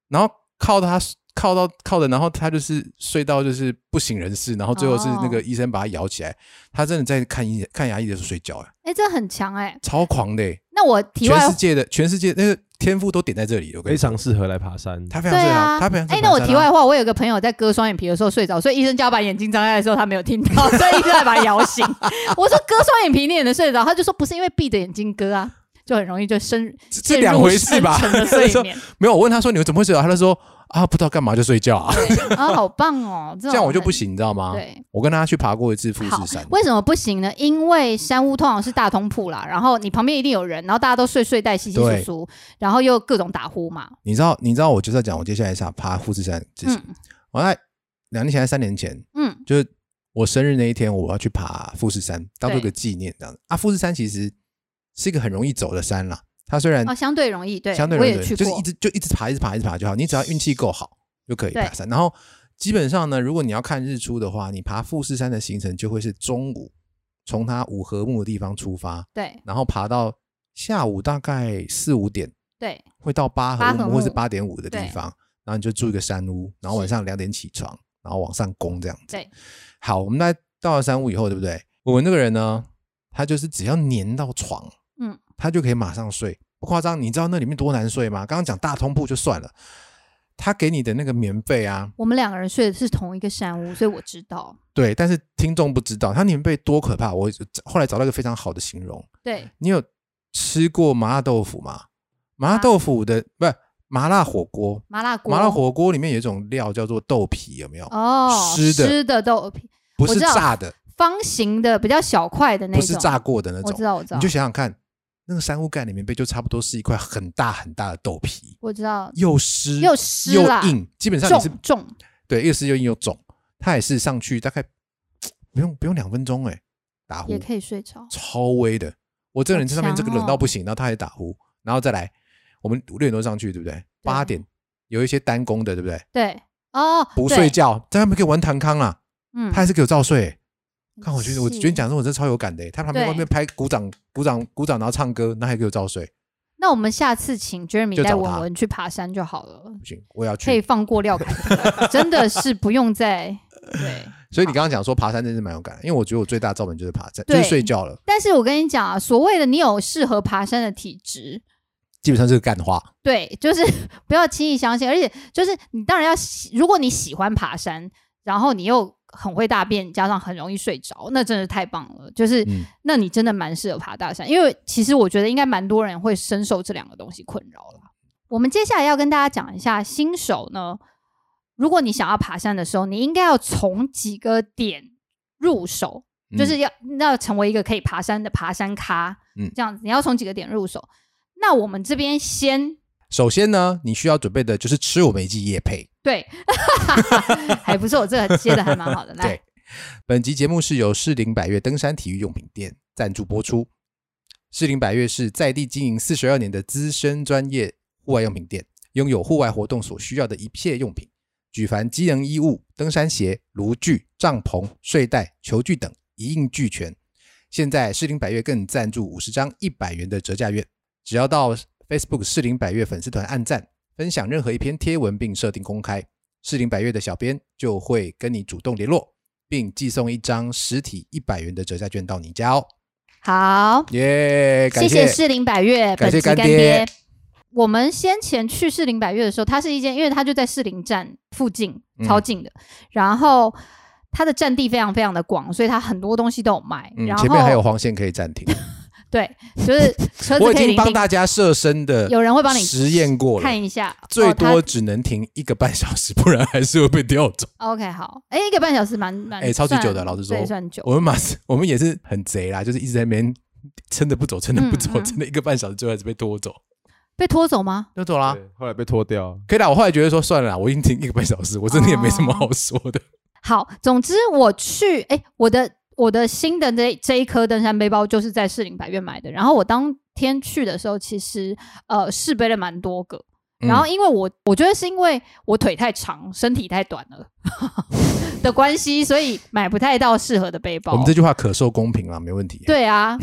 Speaker 2: 然后靠他靠到靠的，然后他就是睡到就是不省人事，然后最后是那个
Speaker 3: 哦
Speaker 2: 医生把他摇起来，他真的在看医看牙医的时候睡觉，哎，
Speaker 3: 哎，这很强哎。
Speaker 2: 超狂的欸，
Speaker 3: 那我题
Speaker 2: 全
Speaker 3: 外
Speaker 2: 世界的全世界那个天赋都点在这里，我跟
Speaker 4: 非
Speaker 2: 你讲，
Speaker 4: 常适合来爬山。
Speaker 2: 他非
Speaker 3: 对
Speaker 2: 常正
Speaker 3: 啊
Speaker 2: 常，，他非常
Speaker 3: 哎
Speaker 2: 正，
Speaker 3: 那我
Speaker 2: 常
Speaker 3: 题外话，我有个朋友在割双眼皮的时候睡着，所以医生叫他把眼睛张开的时候，他没有听到，所以医生还把他摇醒。 (laughs) 我说割双眼皮你也能睡得着，他就说不是因为闭着眼睛割啊，就很容易就深
Speaker 2: 这这
Speaker 3: 陷
Speaker 2: 两
Speaker 3: 入
Speaker 2: 回事
Speaker 3: 深
Speaker 2: 吧
Speaker 3: 沉的
Speaker 2: 他
Speaker 3: 睡
Speaker 2: 说
Speaker 3: 眠
Speaker 2: (laughs) 没有，我问他说你们怎么会睡着，他就说啊不知道干嘛就睡觉啊，
Speaker 3: 啊，好棒哦！这
Speaker 2: (laughs) 这
Speaker 3: 种
Speaker 2: 样我就
Speaker 3: 很
Speaker 2: 不。行，你知啊道吗？
Speaker 3: 对，
Speaker 2: 我跟他去爬过一次富
Speaker 3: 好
Speaker 2: 士山，，
Speaker 3: 为什么不行呢？因为山屋通常是大通铺啦，然后你旁边一定有人，然后大家都睡睡袋稀稀疏
Speaker 2: 对
Speaker 3: 疏，然后又各种打呼嘛。
Speaker 2: (laughs) 你知道你知道我就是要讲我接下来是要爬富士山的事情，
Speaker 3: 嗯
Speaker 2: 我在两年前还是三年前，
Speaker 3: 嗯，
Speaker 2: 就是我生日那一天，我要去爬富士山，当做一
Speaker 3: 对
Speaker 2: 个纪念这样子。啊，富士山其实是一个很容易走的山啦，它虽然
Speaker 3: 哦，相对容易，对，
Speaker 2: 相对
Speaker 3: 我
Speaker 2: 容易
Speaker 3: 也
Speaker 2: 走
Speaker 3: 去
Speaker 2: 就是
Speaker 3: 过
Speaker 2: 一，直就一直爬，一直爬，一直爬就好。你只要运气够好就可以
Speaker 3: 对
Speaker 2: 爬山。然后基本上呢，如果你要看日出的话，你爬富士山的行程就会是中午从它五合目的地方出发，
Speaker 3: 对
Speaker 2: 然后爬到下午大概四五点，
Speaker 3: 对
Speaker 2: 会到八
Speaker 3: 八
Speaker 2: 合
Speaker 3: 合
Speaker 2: 目或是
Speaker 3: 目
Speaker 2: 八点五的地
Speaker 3: 对
Speaker 2: 方，然后你就住一个山屋，然后晚上两点起床，然后往上攻这样子。
Speaker 3: 对，
Speaker 2: 好，我们来到了山屋以后，对不对？我们那个人呢，他就是只要粘到床，
Speaker 3: 嗯，
Speaker 2: 他就可以马上睡，不夸张。你知道那里面多难睡吗？刚刚讲大通铺就算了，他给你的那个棉被啊，
Speaker 3: 我们两个人睡的是同一个山屋，所以我知道。
Speaker 2: 对，但是听众不知道，他棉被多可怕。我后来找到一个非常好的形容，
Speaker 3: 对，
Speaker 2: 你有吃过麻辣豆腐吗？麻辣豆腐的、不是麻辣火锅，
Speaker 3: 麻辣锅，
Speaker 2: 麻辣火锅里面有一种料叫做豆皮，有没有？
Speaker 3: 哦，
Speaker 2: 湿的
Speaker 3: 湿的豆皮，
Speaker 2: 不是
Speaker 3: 知道
Speaker 2: 炸的，
Speaker 3: 方形的比较小块的那
Speaker 2: 不
Speaker 3: 种，
Speaker 2: 是炸过的那
Speaker 3: 我知
Speaker 2: 种。
Speaker 3: 道，我知道
Speaker 2: 你就，想想看，那个山乌盖里面被就差不多是一块很大很大的豆皮，
Speaker 3: 我知道，
Speaker 2: 又湿
Speaker 3: 又湿
Speaker 2: 又
Speaker 3: 啦
Speaker 2: 硬，基本上你是
Speaker 3: 重重，
Speaker 2: 对又湿又硬又肿，它也是上去大概不用不用两分钟哎、打呼
Speaker 3: 也可以睡着。
Speaker 2: 超威的。我这个人在上面
Speaker 3: 好
Speaker 2: 这
Speaker 3: 强哦
Speaker 2: 个冷到不行，然后他还打呼，然后再来，我们六点多上去，对不对？八点有一些单工的，对不对？
Speaker 3: 对，哦，
Speaker 2: 不
Speaker 3: 对
Speaker 2: 睡，觉，在他们可以玩弹康啦，
Speaker 3: 嗯，
Speaker 2: 他还是给我照睡欸。看我觉得我
Speaker 3: 是
Speaker 2: 觉得你讲说，我真的超有感的欸。他旁边
Speaker 3: 对
Speaker 2: 外面拍鼓掌、鼓掌、鼓掌，然后唱歌，那还给我照睡，
Speaker 3: 那我们下次请 Jeremy
Speaker 2: 就找
Speaker 3: 带
Speaker 2: 他
Speaker 3: 文文去爬山就好了，
Speaker 2: 不行，我也要
Speaker 3: 可以
Speaker 2: 去。
Speaker 3: 放过廖凯
Speaker 2: (laughs)
Speaker 3: 特，真的是不用再对。
Speaker 2: 所以你刚刚讲说爬山真是蛮有感的，因为我觉得我最大照本就是爬山，就
Speaker 3: 对
Speaker 2: 是睡觉了，
Speaker 3: 但是我跟你讲啊，所谓的你有适合爬山的体质，
Speaker 2: 基本上是个干话。
Speaker 3: 对，就是 (laughs) 不要轻易相信，而且就是你当然要喜，如果你喜欢爬山，然后你又很会大便，加上很容易睡着，那真的太棒了。就是、
Speaker 2: 嗯
Speaker 3: 那你真的蛮适合爬大山，因为其实我觉得应该蛮多人会深受这两个东西困扰啦。我们接下来要跟大家讲一下，新手呢，如果你想要爬山的时候，你应该要从几个点入手，
Speaker 2: 嗯
Speaker 3: 就是要要成为一个可以爬山的爬山咖，
Speaker 2: 嗯
Speaker 3: 这样子，你要从几个点入手。那我们这边先
Speaker 2: 首先呢，你需要准备的就是吃我们一剂叶配。
Speaker 3: 对， (laughs) 还不错，这个接的还蛮好的。来
Speaker 2: 对，本集节目是由士林百越登山体育用品店赞助播出。士林百越是在地经营四十二年的资深专业户外用品店，拥有户外活动所需要的一切用品，举凡机能衣物、登山鞋、炉具、帐篷、睡袋、球具等一应俱全。现在士林百越更赞助五十张一百元的折价券，只要到 Facebook 士林百越粉丝团按赞、分享任何一篇贴文并设定公开，士林百越的小编就会跟你主动联络。并寄送一张实体一百元的折价券到你家哦。
Speaker 3: 好，
Speaker 2: 耶、感
Speaker 3: 谢谢
Speaker 2: 谢
Speaker 3: 士林百越，
Speaker 2: 感
Speaker 3: 本
Speaker 2: 谢
Speaker 3: 集
Speaker 2: 干
Speaker 3: 干
Speaker 2: 爹
Speaker 3: 爹。我们先前去士林百越的时候，它是一间，因为它就在士林站附近，
Speaker 2: 嗯
Speaker 3: 超近的。然后它的占地非常非常的广，所以它很多东西都有卖。
Speaker 2: 嗯
Speaker 3: 然，后
Speaker 2: 前面还有黄线可以
Speaker 3: (laughs)
Speaker 2: 暂停，
Speaker 3: 对，
Speaker 2: (laughs)
Speaker 3: 就是车子可
Speaker 2: 我已
Speaker 3: 以
Speaker 2: 经
Speaker 3: 临
Speaker 2: 帮
Speaker 3: 停，
Speaker 2: 大家设身的
Speaker 3: 有人会帮你
Speaker 2: 实验过了，
Speaker 3: 看一下，
Speaker 2: 最
Speaker 3: 哦它
Speaker 2: 多只能停一个半小时，不 (laughs) 然还是会被调走。 (laughs)
Speaker 3: OK，好，哎、一个半小时蛮蛮，
Speaker 2: 哎超级
Speaker 3: 算
Speaker 2: 久的老实说
Speaker 3: 对，算久。
Speaker 2: 我们马斯，我们也是很贼啦，就是一直在那边撑着不走，撑着不走，
Speaker 3: 嗯嗯
Speaker 2: 撑了一个半小时，最后还是被拖走，
Speaker 3: 被拖走吗？
Speaker 2: 就走啦。
Speaker 4: 对后来被拖掉。
Speaker 2: 可以啦，我后来觉得说算了啦，我已经停一个半小时，我真的也没什么好说的。
Speaker 3: 好，总之我去，哎、我的我的新的这这一颗登山背包就是在士林百悦买的，然后我当天去的时候，其实呃试背了蛮多个， (laughs)
Speaker 2: 嗯
Speaker 3: 然后因为我我觉得是因为我腿太长，身体太短了 (laughs) 的关系，所以买不太到适合的背包。
Speaker 2: 我们这句话可受公平啦，没问题。
Speaker 3: 对啊，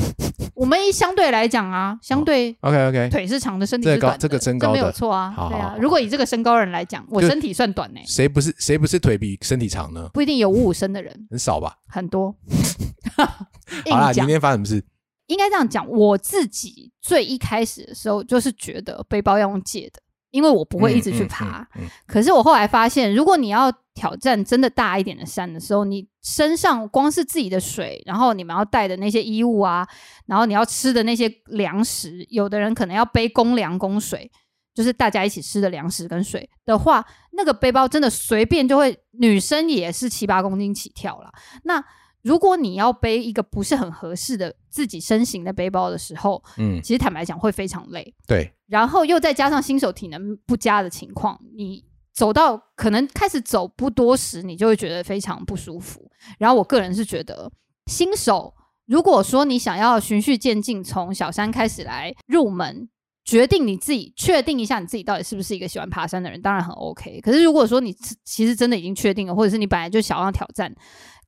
Speaker 3: 我们一相对来讲啊，相对
Speaker 2: ，OK OK，
Speaker 3: 腿是长的，身体
Speaker 2: 这
Speaker 3: 是
Speaker 2: 个高
Speaker 3: 短的，
Speaker 2: 这个身高
Speaker 3: 没有
Speaker 2: 的
Speaker 3: 错啊，
Speaker 2: 好
Speaker 3: 对
Speaker 2: 好
Speaker 3: 啊
Speaker 2: 好。
Speaker 3: 如果以这个身高人来讲，我
Speaker 2: 就
Speaker 3: 身体算短呢、欸
Speaker 2: 谁不是谁不是腿比身体长呢？
Speaker 3: 不一定有五五身的人
Speaker 2: 很少吧？
Speaker 3: 很多。
Speaker 2: (laughs) 好啦，
Speaker 3: 硬
Speaker 2: 明
Speaker 3: 讲，
Speaker 2: 天发生什么事？
Speaker 3: 应该这样讲。我自己最一开始的时候，就是觉得背包要用借的，因为我不会一直去爬。
Speaker 2: 嗯。嗯嗯嗯
Speaker 3: 可是我后来发现，如果你要挑战真的大一点的山的时候，你身上光是自己的水，然后你们要带的那些衣物啊，然后你要吃的那些粮食，有的人可能要背公粮公水，就是大家一起吃的粮食跟水的话，那个背包真的随便就会，女生也是七八公斤起跳啦。那如果你要背一个不是很合适的自己身形的背包的时候，
Speaker 2: 嗯，
Speaker 3: 其实坦白讲会非常累。
Speaker 2: 对，
Speaker 3: 然后又再加上新手体能不佳的情况，你走到可能开始走不多时，你就会觉得非常不舒服。然后我个人是觉得，新手如果说你想要循序渐进，从小山开始来入门。决定你自己，确定一下你自己到底是不是一个喜欢爬山的人，当然很 OK。可是如果说你其实真的已经确定了，或者是你本来就想要挑战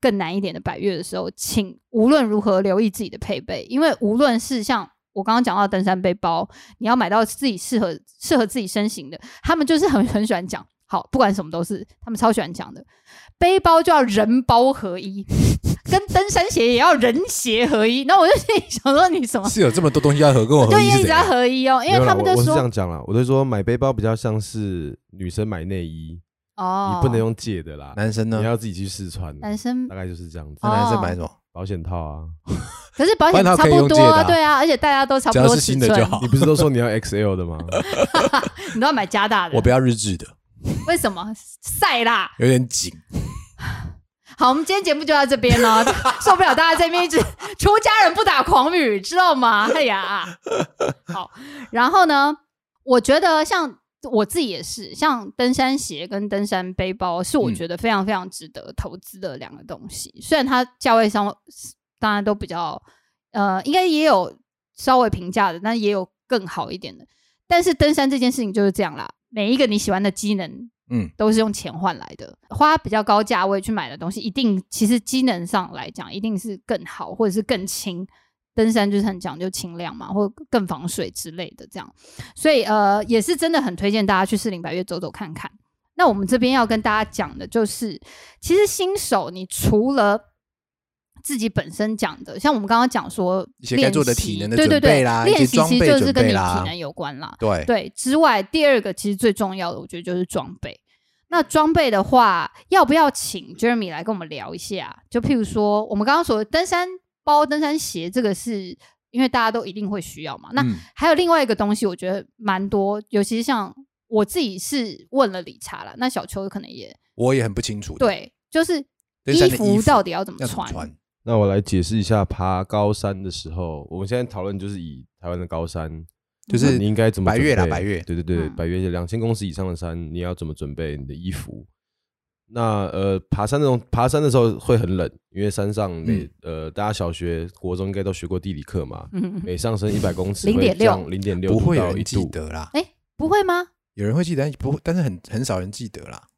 Speaker 3: 更难一点的百越的时候，请无论如何留意自己的配备，因为无论是像我刚刚讲到的登山背包，你要买到自己适合适合自己身形的。他们就是很很喜欢讲，好，不管什么都是，他们超喜欢
Speaker 4: (laughs)
Speaker 3: 讲的。背包就要人包合一，跟登山鞋也要人鞋合一。那我就心里想说，你什么？
Speaker 2: 是有这么多东西要合，跟我合
Speaker 3: 就
Speaker 2: 一
Speaker 3: 一
Speaker 2: 是
Speaker 3: 直
Speaker 2: 怎
Speaker 3: 要
Speaker 2: 样？
Speaker 3: 合一哦，因
Speaker 4: 没有
Speaker 3: 为
Speaker 4: 啦
Speaker 3: 他们
Speaker 4: 我
Speaker 3: 就
Speaker 4: 我是这
Speaker 3: 说
Speaker 4: 样讲啦，我就说买背包比较像是女生买内衣，
Speaker 3: 哦，
Speaker 4: 你不能用借的啦，
Speaker 2: 男生呢
Speaker 4: 你？要自己去试穿。
Speaker 3: 男生
Speaker 4: 大，概就是这样子
Speaker 2: 那，男生
Speaker 3: 哦
Speaker 2: 买什么？
Speaker 4: 保险套啊，
Speaker 3: 可是保险
Speaker 2: 反正他
Speaker 3: 差
Speaker 2: 可以
Speaker 3: 不
Speaker 2: 用
Speaker 3: 多
Speaker 2: 借的啊
Speaker 3: 啊，对啊，而且大家都差
Speaker 2: 只
Speaker 3: 不
Speaker 2: 要
Speaker 3: 多
Speaker 2: 是
Speaker 3: 尺
Speaker 2: 新的就
Speaker 3: 寸，
Speaker 2: 好
Speaker 4: 你，不是都
Speaker 3: (laughs)
Speaker 4: 说你要 XL 的吗？
Speaker 3: 你都要买加大的。
Speaker 2: 我不要日制的，
Speaker 3: 为什么晒啦？
Speaker 2: 有点紧。
Speaker 3: 好，我们今天节目就到这边了， (laughs) 受不了大家这边一直求家人不打诳语，知道吗？ (laughs) 哎呀，好，然后呢，我觉得像我自己也是，像登山鞋跟登山背包是我
Speaker 2: 嗯
Speaker 3: 觉得非常非常值得投资的两个东西，虽然它价位上当然都比较呃，应该也有稍微平价的，但也有更好一点的。但是登山这件事情就是这样啦，每一个你喜欢的机能
Speaker 2: 嗯，
Speaker 3: 都是用钱换来的，花比较高价位去买的东西，一定其实机能上来讲，一定是更好或者是更轻。登山就是很讲究轻量嘛，或更防水之类的这样，所以呃也是真的很推荐大家去士林百越走走看看。那我们这边要跟大家讲的就是，其实新手你除了自己本身讲的，像我们刚刚讲说
Speaker 2: 一些
Speaker 3: 练
Speaker 2: 该做的
Speaker 3: 习
Speaker 2: 体能的
Speaker 3: 对对
Speaker 2: 准备
Speaker 3: 对
Speaker 2: 啦一
Speaker 3: 练
Speaker 2: 些
Speaker 3: 习
Speaker 2: 装
Speaker 3: 其实
Speaker 2: 备
Speaker 3: 就
Speaker 2: 准
Speaker 3: 是跟
Speaker 2: 备
Speaker 3: 你
Speaker 2: 啦
Speaker 3: 体能有关啦。
Speaker 2: 对，
Speaker 3: 对之外，第二个其实最重要的，我觉得就是装备。那装备的话，要不要请 Jeremy 来跟我们聊一下？就譬如说，我们刚刚说的登山包、登山鞋，这个是因为大家都一定会需要嘛。那
Speaker 2: 嗯
Speaker 3: 还有另外一个东西，我觉得蛮多，尤其是像我自己是问了理查啦，那小秋可能也
Speaker 2: 我也很不清楚的。
Speaker 3: 对，就是
Speaker 2: 登山的衣
Speaker 3: 服
Speaker 2: 服
Speaker 3: 到底要怎么
Speaker 2: 要怎么
Speaker 3: 穿？
Speaker 2: 穿？
Speaker 4: 那我来解释一下，爬高山的时候，我们现在讨论就是以台湾的高山，
Speaker 2: 就是
Speaker 4: 你应该怎么
Speaker 2: 白月啦
Speaker 4: 准备
Speaker 2: 白月
Speaker 4: 对对对，
Speaker 3: 嗯
Speaker 4: 白月两千公尺以上的山，你要怎么准备你的衣服？那呃，爬山那种爬山的时候会很冷，因为山上每、呃，大家小学、国中应该都学过地理课嘛，
Speaker 3: 嗯，
Speaker 4: 每上升一百公尺
Speaker 3: 0.6
Speaker 4: 零点六
Speaker 2: 不会有
Speaker 4: 到
Speaker 2: 人
Speaker 4: 一
Speaker 2: 记
Speaker 4: 度。
Speaker 2: 得啦，
Speaker 3: (laughs) 不会吗？
Speaker 2: 有人会记得，但不，但是很很少人记得啦。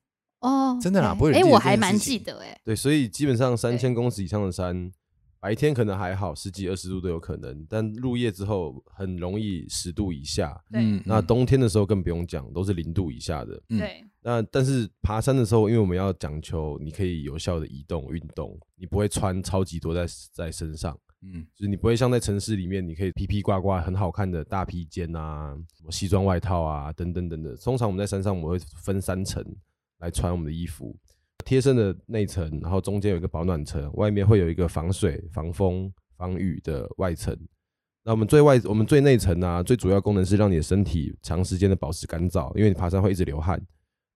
Speaker 3: 哦，
Speaker 2: 真的啦
Speaker 3: OK
Speaker 2: 不会有人
Speaker 3: 哎、
Speaker 2: 记得
Speaker 3: 我
Speaker 2: 这件
Speaker 3: 还蛮
Speaker 2: 事
Speaker 3: 记
Speaker 2: 情
Speaker 3: 得哎、
Speaker 4: 对，所以基本上三千公尺以上的山，白天可能还好，十几二十度都有可能，但入夜之后很容易十度以下。
Speaker 3: 对
Speaker 2: 嗯，
Speaker 4: 那
Speaker 2: 嗯
Speaker 4: 冬天的时候更不用讲，都是零度以下的。
Speaker 2: 嗯
Speaker 3: 对，
Speaker 4: 那但是爬山的时候，因为我们要讲求你可以有效的移动运动，你不会穿超级多在在身上，
Speaker 2: 嗯
Speaker 4: 就是你不会像在城市里面，你可以披披挂挂很好看的大披肩啊、什么西装外套啊等等等等。通常我们在山上，我们会分三层来穿我们的衣服，贴身的内层，然后中间有一个保暖层，外面会有一个防水、防风、防雨的外层。那我们最外，我们最内层啊，最主要功能是让你的身体长时间的保持干燥，因为你爬山会一直流汗，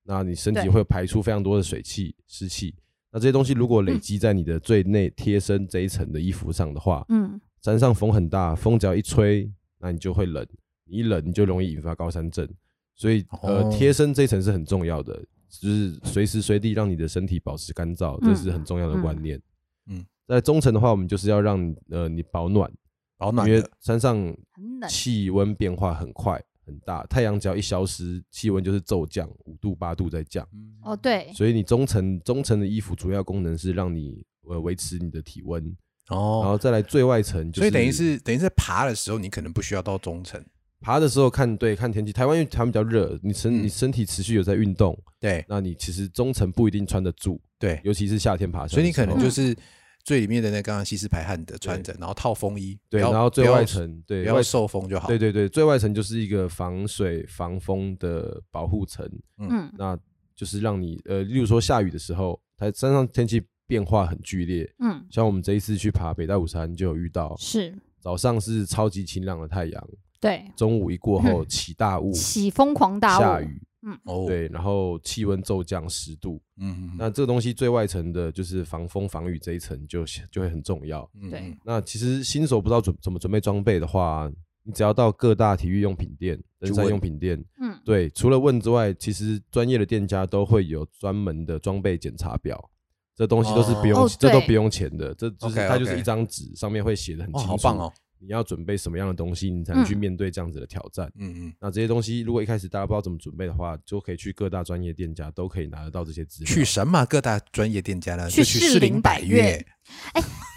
Speaker 4: 那你身体
Speaker 3: 对
Speaker 4: 会排出非常多的水汽、湿气。那这些东西如果累积在你的最内贴身这一层的衣服上的话，
Speaker 3: 嗯，
Speaker 4: 山上风很大，风只要一吹，那你就会冷，你一冷你就容易引发高山症。所以呃
Speaker 2: 哦，
Speaker 4: 贴身这一层是很重要的，就是随时随地让你的身体保持干燥，
Speaker 3: 嗯
Speaker 4: 这是很重要的观念。
Speaker 2: 嗯嗯
Speaker 4: 在中层的话，我们就是要让呃你保暖，
Speaker 2: 保
Speaker 4: 因
Speaker 2: 暖
Speaker 4: 为
Speaker 2: 的，
Speaker 4: 山上
Speaker 3: 很冷，
Speaker 4: 气温变化很快很大，太阳只要一消失，气温就是骤降五度八度在降。
Speaker 2: 嗯
Speaker 3: 哦，对，
Speaker 4: 所以你中层中层的衣服主要功能是让你呃维持你的体温，然
Speaker 2: 哦，
Speaker 4: 后再来最外层就是
Speaker 2: 所以等于是等于是爬的时候，你可能不需要到中层，
Speaker 4: 爬的时候看对看天气，台湾因为台湾比较热，你身、
Speaker 2: 嗯
Speaker 4: 你身体持续有在运动，
Speaker 2: 对
Speaker 4: 那你其实中层不一定穿得住，
Speaker 2: 对，
Speaker 4: 尤其是夏天爬山的时候，
Speaker 2: 所以你可能就是最里面的那刚刚吸湿排汗的穿着，然后套风衣，
Speaker 4: 对，
Speaker 2: 不要
Speaker 4: 然后最
Speaker 2: 不要
Speaker 4: 外层
Speaker 2: 不
Speaker 4: 对
Speaker 2: 要
Speaker 4: 外
Speaker 2: 受风就好，
Speaker 4: 对对对，最外层就是一个防水防风的保护层，
Speaker 3: 嗯
Speaker 4: 那就是让你呃，例如说下雨的时候，它山上天气变化很剧烈，
Speaker 3: 嗯，
Speaker 4: 像我们这一次去爬北大武山就有遇到，
Speaker 3: 是
Speaker 4: 早上是超级晴朗的太阳，
Speaker 3: 对，
Speaker 4: 中午一过后
Speaker 2: 嗯
Speaker 4: 起大雾，
Speaker 3: 起疯狂大雾，
Speaker 4: 下雨，
Speaker 2: 哦，
Speaker 4: 对，然后气温骤降十度。
Speaker 2: 嗯，嗯嗯
Speaker 4: 那这个东西最外层的就是防风防雨这一层就就会很重要。
Speaker 2: 嗯
Speaker 3: 对
Speaker 2: 嗯
Speaker 4: 那其实新手不知道准怎么准备装备的话，你只要到各大体育用品店、登山
Speaker 2: 问
Speaker 4: 用品店，
Speaker 3: 嗯，
Speaker 4: 对，除了问之外，其实专业的店家都会有专门的装备检查表。这东西都是不用，
Speaker 3: 哦哦
Speaker 4: 这都
Speaker 3: 对
Speaker 4: 不用钱的，这就是
Speaker 2: OK，OK
Speaker 4: 它就是一张纸，上面会写的很
Speaker 2: 哦，
Speaker 4: 清楚，
Speaker 2: 好棒哦，
Speaker 4: 你要准备什么样的东西，你才能去
Speaker 3: 嗯
Speaker 4: 面对这样子的挑战。
Speaker 2: 嗯嗯，
Speaker 4: 那这些东西，如果一开始大家不知道怎么准备的话，就可以去各大专业店家都可以拿得到这些资料。
Speaker 2: 去神马各大专业店家呢，
Speaker 3: 去
Speaker 2: 就去
Speaker 3: 士
Speaker 2: 士
Speaker 3: 林
Speaker 2: 林
Speaker 3: 百
Speaker 2: 百
Speaker 3: 越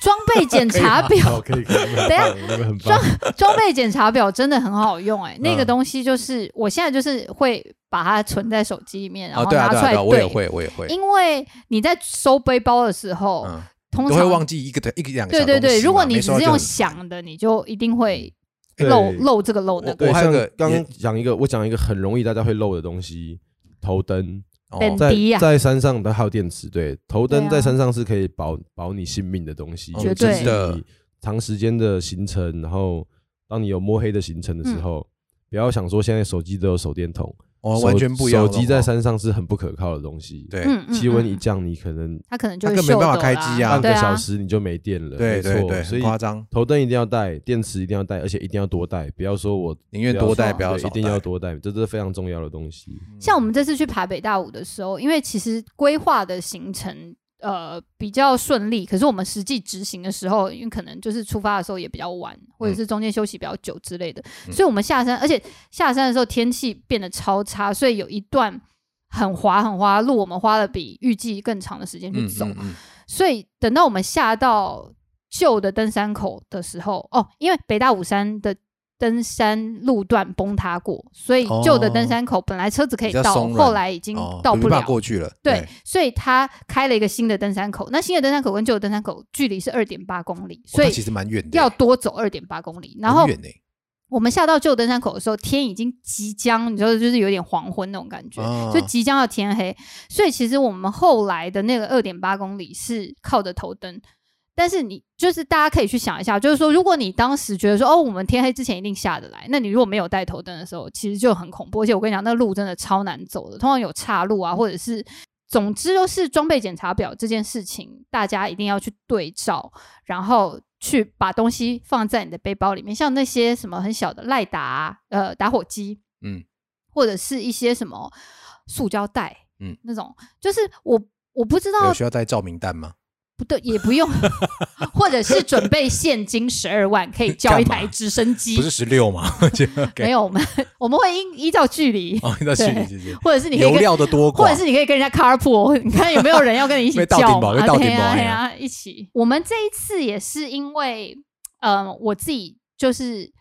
Speaker 3: 装备
Speaker 2: (laughs)
Speaker 3: 检查
Speaker 4: 好，
Speaker 2: 哦
Speaker 3: 表，
Speaker 4: 可以可以，
Speaker 3: 等
Speaker 4: 等
Speaker 3: 下
Speaker 4: 那个很
Speaker 3: 装
Speaker 4: 棒。
Speaker 3: (laughs) 装备检查表真的很好用哎、那个
Speaker 2: 嗯
Speaker 3: 东西就是我现在就是会把它存在手机里面，然
Speaker 2: 哦，
Speaker 3: 后
Speaker 2: 对啊
Speaker 3: 拿出
Speaker 2: 对啊
Speaker 3: 来
Speaker 2: 对啊，我也
Speaker 3: 对。
Speaker 2: 会我也会，
Speaker 3: 因为你在收背包的时候，
Speaker 2: 嗯，
Speaker 3: 通
Speaker 2: 都
Speaker 3: 常
Speaker 2: 会忘记一个一个两个
Speaker 3: 对
Speaker 2: 小
Speaker 3: 对
Speaker 2: 东
Speaker 3: 对，
Speaker 2: 西
Speaker 3: 如果
Speaker 2: 嘛
Speaker 3: 你
Speaker 2: 没
Speaker 3: 只
Speaker 2: 收到
Speaker 3: 是
Speaker 2: 就
Speaker 3: 用
Speaker 2: 很
Speaker 3: 想的，你就一定会
Speaker 4: 对
Speaker 3: 漏漏这个漏那
Speaker 2: 我
Speaker 3: 个。
Speaker 4: 对，
Speaker 2: 还
Speaker 4: 像
Speaker 2: 有个
Speaker 4: 刚
Speaker 2: 也
Speaker 4: 刚讲一个，我讲一个很容易大家会漏的东西，头灯
Speaker 2: 哦
Speaker 3: 等
Speaker 4: 在
Speaker 3: 低呀啊
Speaker 4: 在山上的还有电池，对，头
Speaker 3: 对
Speaker 4: 灯
Speaker 3: 啊
Speaker 4: 在山上是可以保保你性命的东西，
Speaker 2: 哦
Speaker 3: 绝
Speaker 4: 尤其
Speaker 3: 对
Speaker 4: 是
Speaker 2: 的
Speaker 4: 你长时间的行
Speaker 3: 嗯
Speaker 4: 程，然后当你有摸黑的行程的时候，不要想说现在手机都有手电筒，
Speaker 2: 哦，完全不一样
Speaker 4: 手
Speaker 2: 了。哦
Speaker 4: 机在山上是很不可靠的东西，，
Speaker 2: 对
Speaker 3: 嗯，嗯
Speaker 4: 气温一
Speaker 3: 嗯
Speaker 4: 降，你可能
Speaker 3: 它可能就
Speaker 2: 它
Speaker 3: 会
Speaker 2: 根本没
Speaker 3: 锈
Speaker 2: 办法
Speaker 3: 抖
Speaker 2: 开
Speaker 3: 啦
Speaker 2: 机啊
Speaker 4: 半
Speaker 3: 对
Speaker 4: 个
Speaker 3: 啊
Speaker 4: 小时你就没电了，
Speaker 2: 哦对
Speaker 4: 没
Speaker 2: 对
Speaker 4: 错
Speaker 2: 对，
Speaker 4: 所
Speaker 2: 很
Speaker 4: 以
Speaker 2: 夸张，
Speaker 4: 头灯一定要带，电池一定要带，而且一定要多带，不要说我
Speaker 2: 宁愿多带不要
Speaker 4: 对
Speaker 2: 少
Speaker 4: 一定
Speaker 2: 带
Speaker 4: 要多带，这是非常重要的东西。
Speaker 2: 嗯
Speaker 3: 像我们这次去爬北大武的时候，因为其实规划的行程呃比较顺利，可是我们实际执行的时候，因为可能就是出发的时候也比较晚，或者是中间休息比较久之类的，
Speaker 2: 嗯
Speaker 3: 所以我们下山，而且下山的时候天气变得超差，所以有一段很滑很滑的路，我们花了比预计更长的时间去
Speaker 2: 嗯
Speaker 3: 走。
Speaker 2: 嗯嗯
Speaker 3: 所以等到我们下到旧的登山口的时候，哦，因为北大武山的登山路段崩塌过，所以旧的登山口本来车子可以
Speaker 2: 哦比较
Speaker 3: 到，
Speaker 2: 松软
Speaker 3: 后来已经
Speaker 2: 哦
Speaker 3: 到
Speaker 2: 没
Speaker 3: 不
Speaker 2: 办
Speaker 3: 了
Speaker 2: 法。过去了。
Speaker 3: 对，所以他开了一个新的登山口。那新的登山口跟旧的登山口距离是二点八公里，所以
Speaker 2: 哦它其实哦蛮远的，
Speaker 3: 要多走二点八公里。然后
Speaker 2: 很远呢
Speaker 3: 我们下到旧登山口的时候，天已经即将，你知道，就是有点黄昏那种感觉，
Speaker 2: 啊
Speaker 3: 就即将要天黑。所以其实我们后来的那个二点八公里是靠着头灯，但是你就是大家可以去想一下，就是说，如果你当时觉得说，哦，我们天黑之前一定下得来，那你如果没有带头灯的时候，其实就很恐怖。而且我跟你讲，那路真的超难走的，通常有岔路啊，或者是。总之都是装备检查表这件事情，大家一定要去对照，然后去把东西放在你的背包里面，像那些什么很小的赖打呃打火机，
Speaker 2: 嗯，
Speaker 3: 或者是一些什么塑胶袋，
Speaker 2: 嗯，
Speaker 3: 那种就是我我不知道
Speaker 2: 有需要带照明弹吗？
Speaker 3: 不对也
Speaker 2: (laughs)
Speaker 3: 不用，或者是准备现金十二万可以叫一
Speaker 2: (laughs) 干嘛
Speaker 3: 台直升机
Speaker 2: 不，是十
Speaker 3: (laughs)
Speaker 2: 六吗？
Speaker 3: 没有我们我们会依依照距离，
Speaker 2: 哦，那去
Speaker 3: 对
Speaker 2: 你去
Speaker 3: 或者是你可以
Speaker 2: 油
Speaker 3: 跟
Speaker 2: 料的多寡，
Speaker 3: 或者是你可以跟人家 carpool，你看有没有人要跟你一起
Speaker 2: 被倒顶
Speaker 3: 叫
Speaker 2: 吧
Speaker 3: 嘛？
Speaker 2: 被倒顶
Speaker 3: 对呀
Speaker 2: 吧
Speaker 3: 对
Speaker 2: 哎呀
Speaker 3: 呀，一起。我们这一次也是因为，呃，我自己就是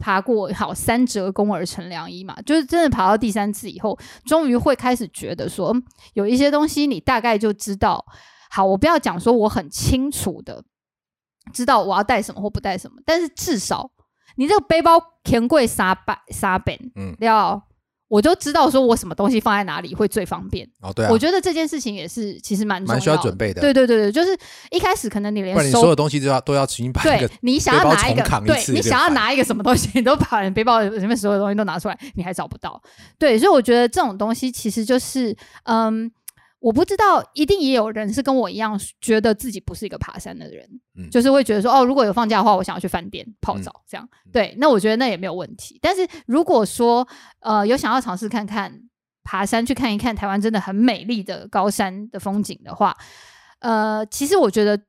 Speaker 3: 爬过好三折肱而成良医嘛，就是真的爬到第三次以后，终于会开始觉得说，嗯有一些东西你大概就知道。好，我不要讲说我很清楚的知道我要带什么或不带什么，但是至少你这个背包填柜三百三本，
Speaker 2: 嗯
Speaker 3: 嗯，要我就知道说我什么东西放在哪里会最方便。
Speaker 2: 哦，对啊
Speaker 3: 我，觉得这件事情也是其实蛮重
Speaker 2: 蛮需要
Speaker 3: 要
Speaker 2: 准备
Speaker 3: 的。
Speaker 2: 的
Speaker 3: 对对对对，就是一开始可能你
Speaker 2: 不然
Speaker 3: 连
Speaker 2: 你所
Speaker 3: 收
Speaker 2: 有东西都要都要重新把 (laughs) 那
Speaker 3: 对
Speaker 2: 个
Speaker 3: 你想要
Speaker 2: 背包
Speaker 3: 拿一个
Speaker 2: 重扛一
Speaker 3: 对
Speaker 2: 次
Speaker 3: 你
Speaker 2: 就
Speaker 3: 想要
Speaker 2: 烦
Speaker 3: 拿一个什么东西，你都把你背包里面所有东西都拿出来，你还找不到。对，所以我觉得这种东西其实就是，嗯，我不知道，一定也有人是跟我一样觉得自己不是一个爬山的人，
Speaker 2: 嗯
Speaker 3: 就是会觉得说，哦，如果有放假的话，我想要去饭店泡澡、这样。对，那我觉得那也没有问题。但是如果说，呃，有想要尝试看看爬山，去看一看台湾真的很美丽的高山的风景的话，呃，其实我觉得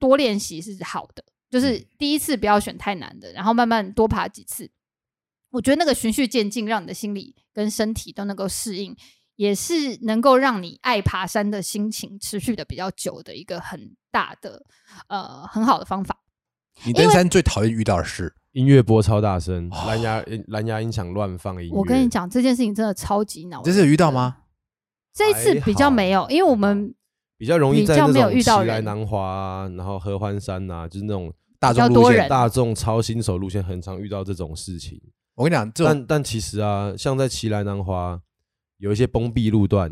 Speaker 3: 多练习是好的，就是
Speaker 2: 嗯
Speaker 3: 第一次不要选太难的，然后慢慢多爬几次。我觉得那个循序渐进，让你的心理跟身体都能够适应，也是能够让你爱爬山的心情持续的比较久的一个很大的呃很好的方法。
Speaker 2: 你登山最讨厌遇到的事，
Speaker 4: 音乐播超大声，
Speaker 2: 哦
Speaker 4: 蓝牙蓝牙音响乱放音乐。
Speaker 3: 我跟你，讲，这件事情真的超级恼人。
Speaker 2: 这是有遇到吗？
Speaker 3: 这一次比较没有，因为我们
Speaker 4: 比较容易
Speaker 3: 比
Speaker 4: 在
Speaker 3: 较
Speaker 4: 那
Speaker 3: 没有
Speaker 4: 种
Speaker 3: 遇
Speaker 4: 奇
Speaker 3: 到
Speaker 4: 来
Speaker 3: 人
Speaker 4: 南华啊，然后合欢山呐，就是那种
Speaker 2: 大
Speaker 3: 比较
Speaker 2: 众路
Speaker 3: 多
Speaker 2: 线
Speaker 3: 人
Speaker 4: 大众超新手路线，很常遇到这种事情。
Speaker 2: 我跟你讲，这种
Speaker 4: 但但其实啊，像在奇兰南华有一些崩壁路段，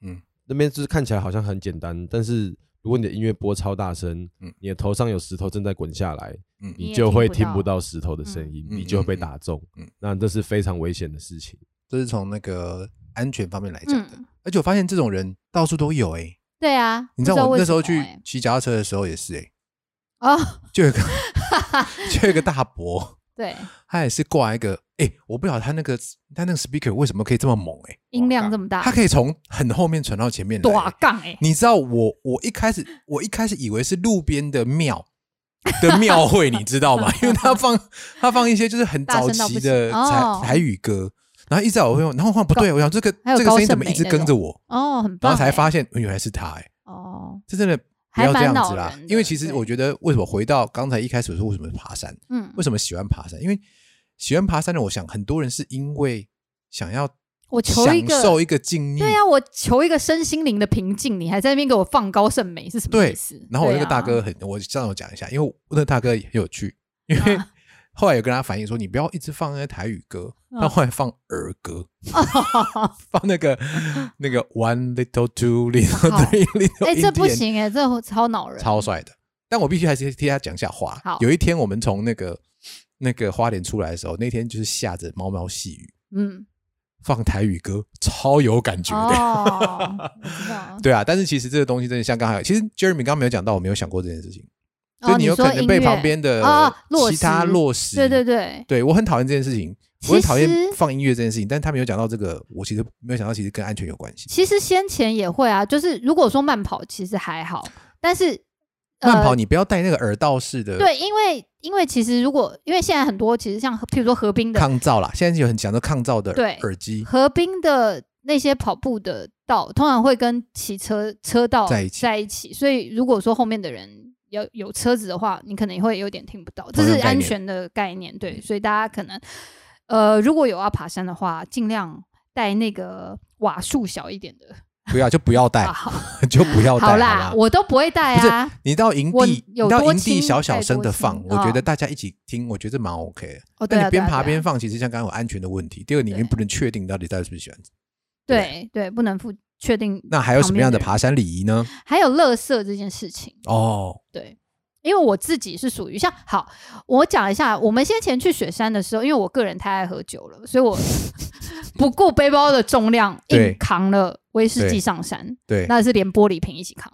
Speaker 2: 嗯
Speaker 4: 嗯，那边就是看起来好像很简单，但是如果你的音乐播超大声，
Speaker 2: 嗯
Speaker 4: 你的头上有石头正在滚下来，
Speaker 2: 嗯
Speaker 3: 你也
Speaker 4: 就会
Speaker 3: 听
Speaker 4: 听
Speaker 3: 不
Speaker 4: 不
Speaker 3: 到
Speaker 4: 到石头的声音，
Speaker 2: 嗯
Speaker 4: 你就会被打中，
Speaker 2: 嗯嗯嗯
Speaker 4: 那这是非常危险的事情。
Speaker 2: 这是从那个安全方面来讲的
Speaker 3: 嗯，，
Speaker 2: 而且我发现这种人到处都有哎，
Speaker 3: 对啊，
Speaker 2: 你知道
Speaker 3: 不
Speaker 2: 我
Speaker 3: 为
Speaker 2: 那时候
Speaker 3: 什么欸
Speaker 2: 去骑脚踏车的时候也是哎，
Speaker 3: 哎哦，
Speaker 2: 就
Speaker 3: (laughs)
Speaker 2: 有一个就有一个大伯，
Speaker 3: 对，
Speaker 2: 他也是挂一个哎，我不晓得他那个他那个 speaker 为什么可以这么猛哎，
Speaker 3: 音量这么大
Speaker 2: 他，可以从很后面传到前面来
Speaker 3: 啊短
Speaker 2: 欸。
Speaker 3: 杠哎，
Speaker 2: 你知道我我一开始我一开始以为是路边的庙的庙会，你知
Speaker 3: (laughs)
Speaker 2: 道吗？因为他放他放一些就是很
Speaker 3: 大
Speaker 2: 早
Speaker 3: 声到不
Speaker 2: 期的
Speaker 3: 行哦
Speaker 2: 台台语歌，然后一直在我会用，然后我看不对，我想这个
Speaker 3: 还有
Speaker 2: 这个声
Speaker 3: 高
Speaker 2: 音怎
Speaker 3: 胜
Speaker 2: 么
Speaker 3: 美
Speaker 2: 一直跟着我，
Speaker 3: 哦，很棒欸，
Speaker 2: 然后才发现嗯原来是他哎，
Speaker 3: 哦，
Speaker 2: 这真的。不
Speaker 3: 还
Speaker 2: 要这样
Speaker 3: 蛮
Speaker 2: 子
Speaker 3: 恼
Speaker 2: 啦
Speaker 3: 人，的
Speaker 2: 因为其实
Speaker 3: 对
Speaker 2: 我觉得，为什么回到刚才一开始我说为什么爬山，
Speaker 3: 嗯，
Speaker 2: 为什么喜欢爬山？因为喜欢爬山的，我想很多人是因为想要
Speaker 3: 我求一
Speaker 2: 享
Speaker 3: 个
Speaker 2: 受一个静谧，
Speaker 3: 对啊，我求一个身心灵的平静，你还在那边给我放高胜美是什么
Speaker 2: 对
Speaker 3: 意思？
Speaker 2: 然后我那
Speaker 3: 对啊
Speaker 2: 个大哥，很，我这样我讲一下，因为我那个大哥也很有趣，因为
Speaker 3: 啊
Speaker 2: (laughs) 后来有跟他反映说，你不要一直放那些台语歌，
Speaker 3: 嗯
Speaker 2: 他后来放儿
Speaker 3: (laughs)
Speaker 2: 歌，放那个那个 one little two little
Speaker 3: 好
Speaker 2: three little，
Speaker 3: 哎，这不
Speaker 2: Indian，
Speaker 3: 行哎，这超恼人，
Speaker 2: 超帅的。但我必须还是替他讲一下话
Speaker 3: 好。
Speaker 2: 有一天我们从那个那个花莲出来的时候，那天就是下着毛毛细雨，
Speaker 3: 嗯，
Speaker 2: 放台语歌，超有感觉的。。
Speaker 3: 哦，我知道
Speaker 2: (laughs) 对啊，但是其实这个东西真的像刚才，其实 Jeremy 刚刚没有讲到，我没有想过这件事情，所
Speaker 3: 哦
Speaker 2: 以你有
Speaker 3: 说
Speaker 2: 可能
Speaker 3: 音
Speaker 2: 被
Speaker 3: 乐
Speaker 2: 旁边的
Speaker 3: 哦落
Speaker 2: 其他
Speaker 3: 实
Speaker 2: 落实。
Speaker 3: 对对对，
Speaker 2: 对，我很讨厌这件事情，我很讨厌
Speaker 3: 其实
Speaker 2: 放音乐这件事情，但他没有讲到这个，我其实没有想到，其实跟安全有关系。
Speaker 3: 其实先前也会啊，就是如果说慢跑其实还好，但是
Speaker 2: 慢跑
Speaker 3: 呃、
Speaker 2: 你不要戴那个耳道式的
Speaker 3: 对，因为因为其实如果因为现在很多其实像譬如说河滨的
Speaker 2: 抗噪啦，现在有很强的抗噪的
Speaker 3: 对
Speaker 2: 耳机，
Speaker 3: 河滨的那些跑步的道，通常会跟骑车车道
Speaker 2: 在一起
Speaker 3: 所以如果说后面的人有有车子的话，你可能会有点听不到，这
Speaker 2: 同样
Speaker 3: 是
Speaker 2: 概
Speaker 3: 安
Speaker 2: 念
Speaker 3: 全的概念。对，所以大家可能呃如果有要爬山的话，尽量带那个瓦数小一点的。
Speaker 2: 不要就不要戴
Speaker 3: 啊，，好
Speaker 2: 就不要戴。
Speaker 3: 好
Speaker 2: 啦
Speaker 3: 啦，，我都不会带
Speaker 2: 不是
Speaker 3: 啊。
Speaker 2: 你到营
Speaker 3: 我
Speaker 2: 地，
Speaker 3: 有
Speaker 2: 你到
Speaker 3: 多
Speaker 2: 营地
Speaker 3: 轻
Speaker 2: 小小
Speaker 3: 带
Speaker 2: 声
Speaker 3: 多
Speaker 2: 的
Speaker 3: 轻
Speaker 2: 放，我觉
Speaker 3: 哦
Speaker 2: 得大家一起听，我觉得蛮 OK 的。
Speaker 3: 哦，对
Speaker 2: 但
Speaker 3: 啊，
Speaker 2: 你边
Speaker 3: 对啊
Speaker 2: 爬
Speaker 3: 对啊
Speaker 2: 边放，其实像刚刚有安全的问题，第二个你
Speaker 3: 对
Speaker 2: 也不能确定到底大家是不是喜欢。
Speaker 3: 对对，不能负确定。
Speaker 2: 那还有什么样
Speaker 3: 旁边的
Speaker 2: 的
Speaker 3: 人
Speaker 2: 爬山礼仪呢？
Speaker 3: 还有垃圾这件事情，
Speaker 2: 哦，
Speaker 3: 对，因为我自己是属于像好，我讲一下，我们先前去雪山的时候，因为我个人太爱喝酒了，所以我 (laughs) 不顾背包的重量，
Speaker 2: 对
Speaker 3: 硬扛了威士
Speaker 2: 对
Speaker 3: 忌上山，
Speaker 2: 对，
Speaker 3: 那是连玻璃瓶一起扛。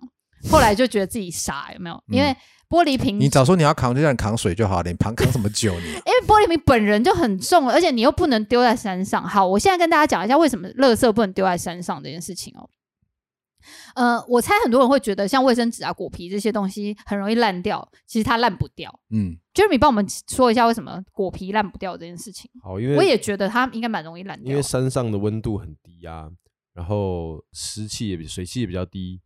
Speaker 3: 后来就觉得自己傻，有没有？因为玻璃瓶，
Speaker 2: 嗯你早说你要扛就让你扛水就好了，你扛扛什么酒你？
Speaker 3: (laughs) 因为玻璃瓶本人就很重了，而且你又不能丢在山上。好，我现在跟大家讲一下为什么垃圾不能丢在山上这件事情哦。呃，我猜很多人会觉得像卫生纸啊、果皮这些东西很容易烂掉，其实它烂不掉。
Speaker 2: 嗯，
Speaker 3: Jeremy 帮我们说一下为什么果皮烂不掉这件事情。
Speaker 4: 好，因为
Speaker 3: 我也觉得它应该蛮容易烂
Speaker 4: 因
Speaker 3: 掉
Speaker 4: 为，山上的温度很低啊，然后湿气也比水汽也比较低，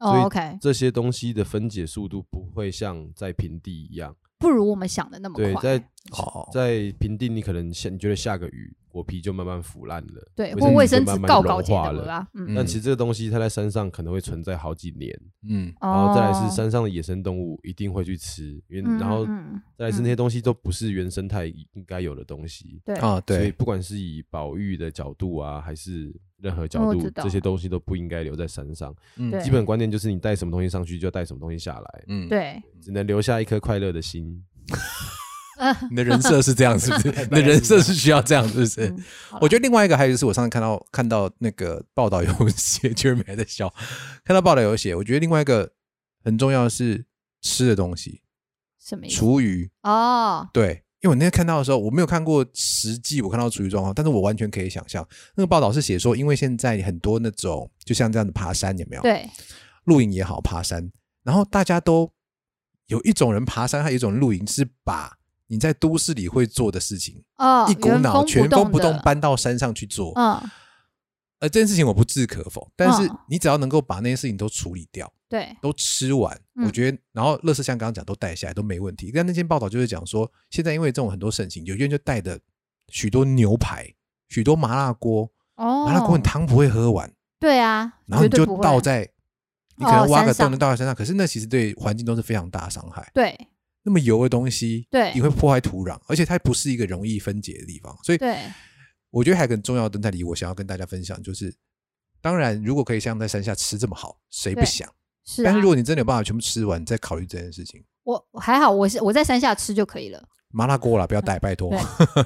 Speaker 4: 所
Speaker 3: 哦
Speaker 4: 以
Speaker 3: ，OK，
Speaker 4: 这些东西的分解速度不会像在平地一样。
Speaker 3: 不如我们想的那么
Speaker 4: 对，
Speaker 3: 快，
Speaker 4: 在
Speaker 2: 哦，
Speaker 4: 在平地，你可能下你觉得下个雨，果皮就慢慢腐烂了。
Speaker 3: 对，
Speaker 4: 卫
Speaker 3: 或
Speaker 4: 生
Speaker 3: 卫
Speaker 4: 纸
Speaker 3: 生
Speaker 4: 就
Speaker 3: 纸
Speaker 4: 慢慢
Speaker 3: 告
Speaker 4: 融
Speaker 3: 告解
Speaker 4: 化
Speaker 3: 的
Speaker 4: 了
Speaker 3: 啦，嗯，
Speaker 2: 嗯
Speaker 4: 但其实这个东西它在山上可能会存在好几年，
Speaker 2: 嗯，
Speaker 3: 然
Speaker 4: 然后再来是，山上的野生动物一定会去吃，因为然后
Speaker 3: 哦嗯嗯
Speaker 4: 再来是那些东西都不是原生态应该有的东西，
Speaker 3: 对，
Speaker 2: 啊，
Speaker 4: 所以
Speaker 2: 对，
Speaker 4: 不管是以保育的角度啊，还是任何
Speaker 3: 嗯
Speaker 4: 角
Speaker 3: 我
Speaker 4: 度
Speaker 3: 知，道
Speaker 4: 这些东西都不应该留在山上。
Speaker 2: 嗯
Speaker 3: 对
Speaker 4: 基本观念就是你带什么东西上去，就带什么东西下来，
Speaker 2: 嗯，
Speaker 3: 对，
Speaker 4: 只能留下一颗快乐的心。
Speaker 2: 你的人设是这样，是
Speaker 3: (laughs)
Speaker 2: 不是？你的人设是需要这样，是不是？
Speaker 3: 嗯好
Speaker 2: 我觉得另外一个还有就是，我上次看到看到那个报道有写 (laughs) ，Jeremy 还在笑，看到报道有写，我觉得另外一个很重要的是吃的东西，
Speaker 3: 什么意思？
Speaker 2: 厨余。
Speaker 3: 哦，
Speaker 2: 对，因为我那天看到的时候，我没有看过实际我看到厨余状况，但是我完全可以想象，那个报道是写说，因为现在很多那种就像这样的爬山有没有？，
Speaker 3: 对，
Speaker 2: 露营也好，爬山，然后大家都有一种人爬山，还有一种露营是把你在都市里会做的事情，
Speaker 3: 哦，
Speaker 2: 一股
Speaker 3: 原
Speaker 2: 脑全
Speaker 3: 封
Speaker 2: 风不动
Speaker 3: 的，
Speaker 2: 搬到山上去做。
Speaker 3: 嗯，
Speaker 2: 呃，这件事情我不置可否，但是
Speaker 3: 嗯
Speaker 2: 你只要能够把那些事情都处理掉，
Speaker 3: 对，
Speaker 2: 都吃完，
Speaker 3: 嗯
Speaker 2: 我觉得，然后乐色像刚刚讲都带下来都没问题。但那篇报道就是讲说，现在因为这种很多盛行，有些人就带的许多牛排、许多麻辣锅，
Speaker 3: 哦，
Speaker 2: 麻辣锅你汤不会喝完，
Speaker 3: 对啊，
Speaker 2: 然后你
Speaker 3: 绝对
Speaker 2: 就
Speaker 3: 不会
Speaker 2: 倒在，你可
Speaker 3: 哦
Speaker 2: 能挖个
Speaker 3: 山
Speaker 2: 洞
Speaker 3: 上
Speaker 2: 就倒在身上，可是那其实对环境都是非常大的伤害。
Speaker 3: 对
Speaker 2: 那么油的东西，
Speaker 3: 对
Speaker 2: 你会破坏土壤，而且它不是一个容易分解的地方，所以
Speaker 3: 对
Speaker 2: 我觉得还有一个很重要的在里，我想要跟大家分享就是，当然如果可以像在山下吃这么好，谁不
Speaker 3: 对
Speaker 2: 想？
Speaker 3: 是啊，
Speaker 2: 但是如果你真的有办法全部吃完，你再考虑这件事情。
Speaker 3: 我我还好，我是我在山下吃就可以了。
Speaker 2: 麻辣锅啦，不要带，拜托
Speaker 3: 嗯
Speaker 2: 啊
Speaker 3: 对。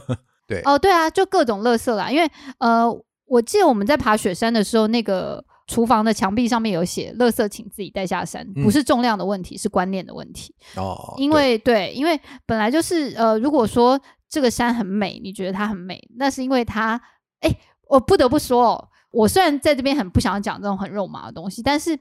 Speaker 2: 对
Speaker 3: 哦，对啊，就各种垃圾啦，因为呃，我记得我们在爬雪山的时候，那个厨房的墙壁上面有写“垃圾请自己带下山”，
Speaker 2: 嗯
Speaker 3: 不是重量的问题，是观念的问题。
Speaker 2: 哦，
Speaker 3: 因为对，因为本来就是呃，如果说这个山很美，你觉得它很美，那是因为它，哎，我不得不说哦，我虽然在这边很不想讲这种很肉麻的东西，但是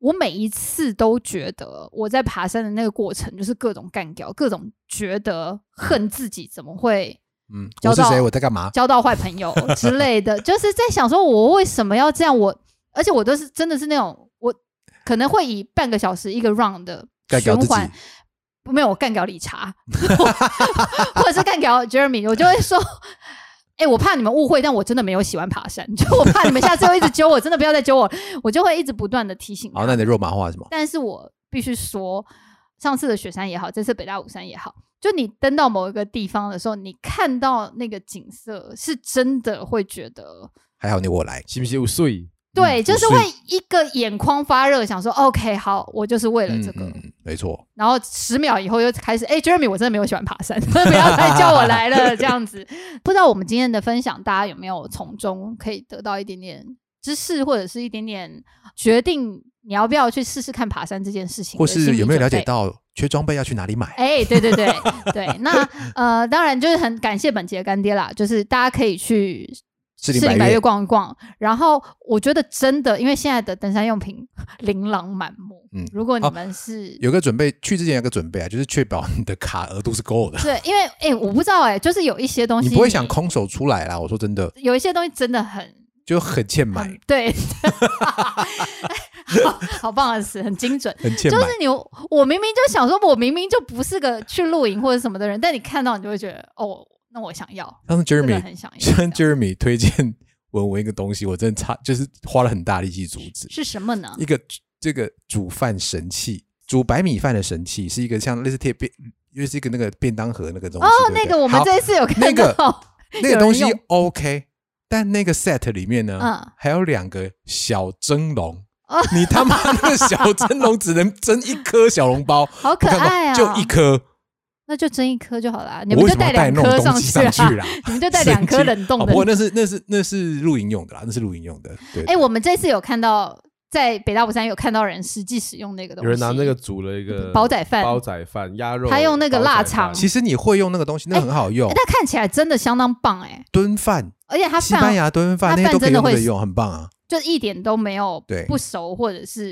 Speaker 3: 我每一次都觉得我在爬山的那个过程，就是各种干掉，各种觉得恨自己怎么会
Speaker 2: 对嗯，
Speaker 3: 交
Speaker 2: 我是
Speaker 3: 到
Speaker 2: 谁？我在干嘛？
Speaker 3: 交到坏朋
Speaker 2: (laughs)
Speaker 3: 友之类的，就是在想说我为什么要这样？我而且我都是真的是那种我可能会以半个小时一个 round 的
Speaker 2: 干掉
Speaker 3: 循
Speaker 2: 自己
Speaker 3: 环。没有，我干掉理查， (laughs) 或者是干掉 Jeremy，我就会说， (laughs) 哎、我怕你们误会，但我真的没有喜欢爬山，就我怕你们下次又一直揪我，真的不要再揪我，我就会一直不断的提醒他。
Speaker 2: 好，那你的肉麻话是什么？
Speaker 3: 但是我必须说，上次的雪山也好，这次北大武山也好，就你登到某一个地方的时候，你看到那个景色，是真的会觉得
Speaker 2: 嗯还好你我来。
Speaker 4: 是不是有水？
Speaker 3: 对，
Speaker 2: 嗯
Speaker 3: 就是
Speaker 2: 不
Speaker 3: 会一个眼眶发热，想说 OK，好，我就是为了
Speaker 2: 嗯
Speaker 3: 这个。
Speaker 2: 嗯嗯没错，
Speaker 3: 然后十秒以后又开始，哎、j e r e m y 我真的没有喜欢爬山，不要再叫我来了，这样子。不知道我们今天的分享，大家有没有从中可以得到一点点知识，或者是一点点决定你要不要去试试看爬山这件事情，
Speaker 2: 或是有没有了解
Speaker 3: 到？
Speaker 2: 到缺装备要去哪里买？
Speaker 3: 哎、对对对对，那呃，当然就是很感谢本节干爹啦，就是大家可以去
Speaker 2: 士林
Speaker 3: 林
Speaker 2: 百
Speaker 3: 百
Speaker 2: 越
Speaker 3: 越逛一逛。然后我觉得真的，因为现在的登山用品琳琅满目，
Speaker 2: 嗯
Speaker 3: 如果你
Speaker 2: 好
Speaker 3: 们是。
Speaker 2: 有个准备，去之前有个准备啊，就是确保你的卡额度是够的，
Speaker 3: 对，因为哎、我不知道哎、就是有一些东西
Speaker 2: 你不会想空手出来啦。我说真的，
Speaker 3: 有一些东西真的很
Speaker 2: 就很欠买
Speaker 3: 很，对， (laughs) 好好棒的词，很精准。
Speaker 2: 很欠
Speaker 3: 就
Speaker 2: 买
Speaker 3: 是。你，我明明就想说，我明明就不是个去露营或者什么的人，但你看到你就会觉得，哦，那我想要，
Speaker 2: 上次
Speaker 3: 真的
Speaker 2: Jeremy
Speaker 3: 很想要这样。
Speaker 2: (laughs) 像 Jeremy 推荐文文一个东西，我真的差就是花了很大力气阻止。
Speaker 3: 是什么呢？
Speaker 2: 一个这个煮饭神器，煮白米饭的神器，是一个像类似贴便，又是一个那个便当盒那个东西。
Speaker 3: 哦，
Speaker 2: 对不
Speaker 3: 那
Speaker 2: 对
Speaker 3: 个我们
Speaker 2: 好
Speaker 3: 这一次有看
Speaker 2: 那
Speaker 3: 到，(laughs) 有
Speaker 2: 那个
Speaker 3: 人
Speaker 2: 东西
Speaker 3: 用
Speaker 2: OK，但那个 set 里面呢，
Speaker 3: 嗯
Speaker 2: 还有两个小蒸笼。
Speaker 3: 哦
Speaker 2: 你他妈那个小蒸笼只能蒸一颗小
Speaker 3: (laughs)
Speaker 2: 笼包，
Speaker 3: 好可
Speaker 2: 我看过
Speaker 3: 爱啊！
Speaker 2: 就一颗，
Speaker 3: 那就蒸一颗就好了啊，你
Speaker 2: 我
Speaker 3: 们就
Speaker 2: 为什么
Speaker 3: 带
Speaker 2: 要带
Speaker 3: 两
Speaker 2: 那
Speaker 3: 颗
Speaker 2: 种东西上
Speaker 3: 去啊， (laughs)
Speaker 2: 啦？
Speaker 3: 你们就带两颗冷冻的
Speaker 2: 哦不。过那是那是那是露营用的啦，那是露营用的。对，
Speaker 3: 哎，我们这次有看到在北大武山有看到人实际使用那个东西，
Speaker 4: 有人拿那个煮了一个
Speaker 3: 煲仔饭
Speaker 4: 煲仔饭、鸭肉，
Speaker 3: 他用那个腊肠
Speaker 2: 其实你会用那个东西，那个很好用
Speaker 3: 哎，，它看起来真的相当棒哎，
Speaker 2: 炖饭、
Speaker 3: 而且它
Speaker 2: 西班
Speaker 3: 饭
Speaker 2: 牙炖
Speaker 3: 它
Speaker 2: 饭那
Speaker 3: 饭
Speaker 2: 些都可以
Speaker 3: 真的
Speaker 2: 用
Speaker 3: 会
Speaker 2: 的用，很棒啊！
Speaker 3: 就一点都没有
Speaker 2: 对
Speaker 3: 不熟或者是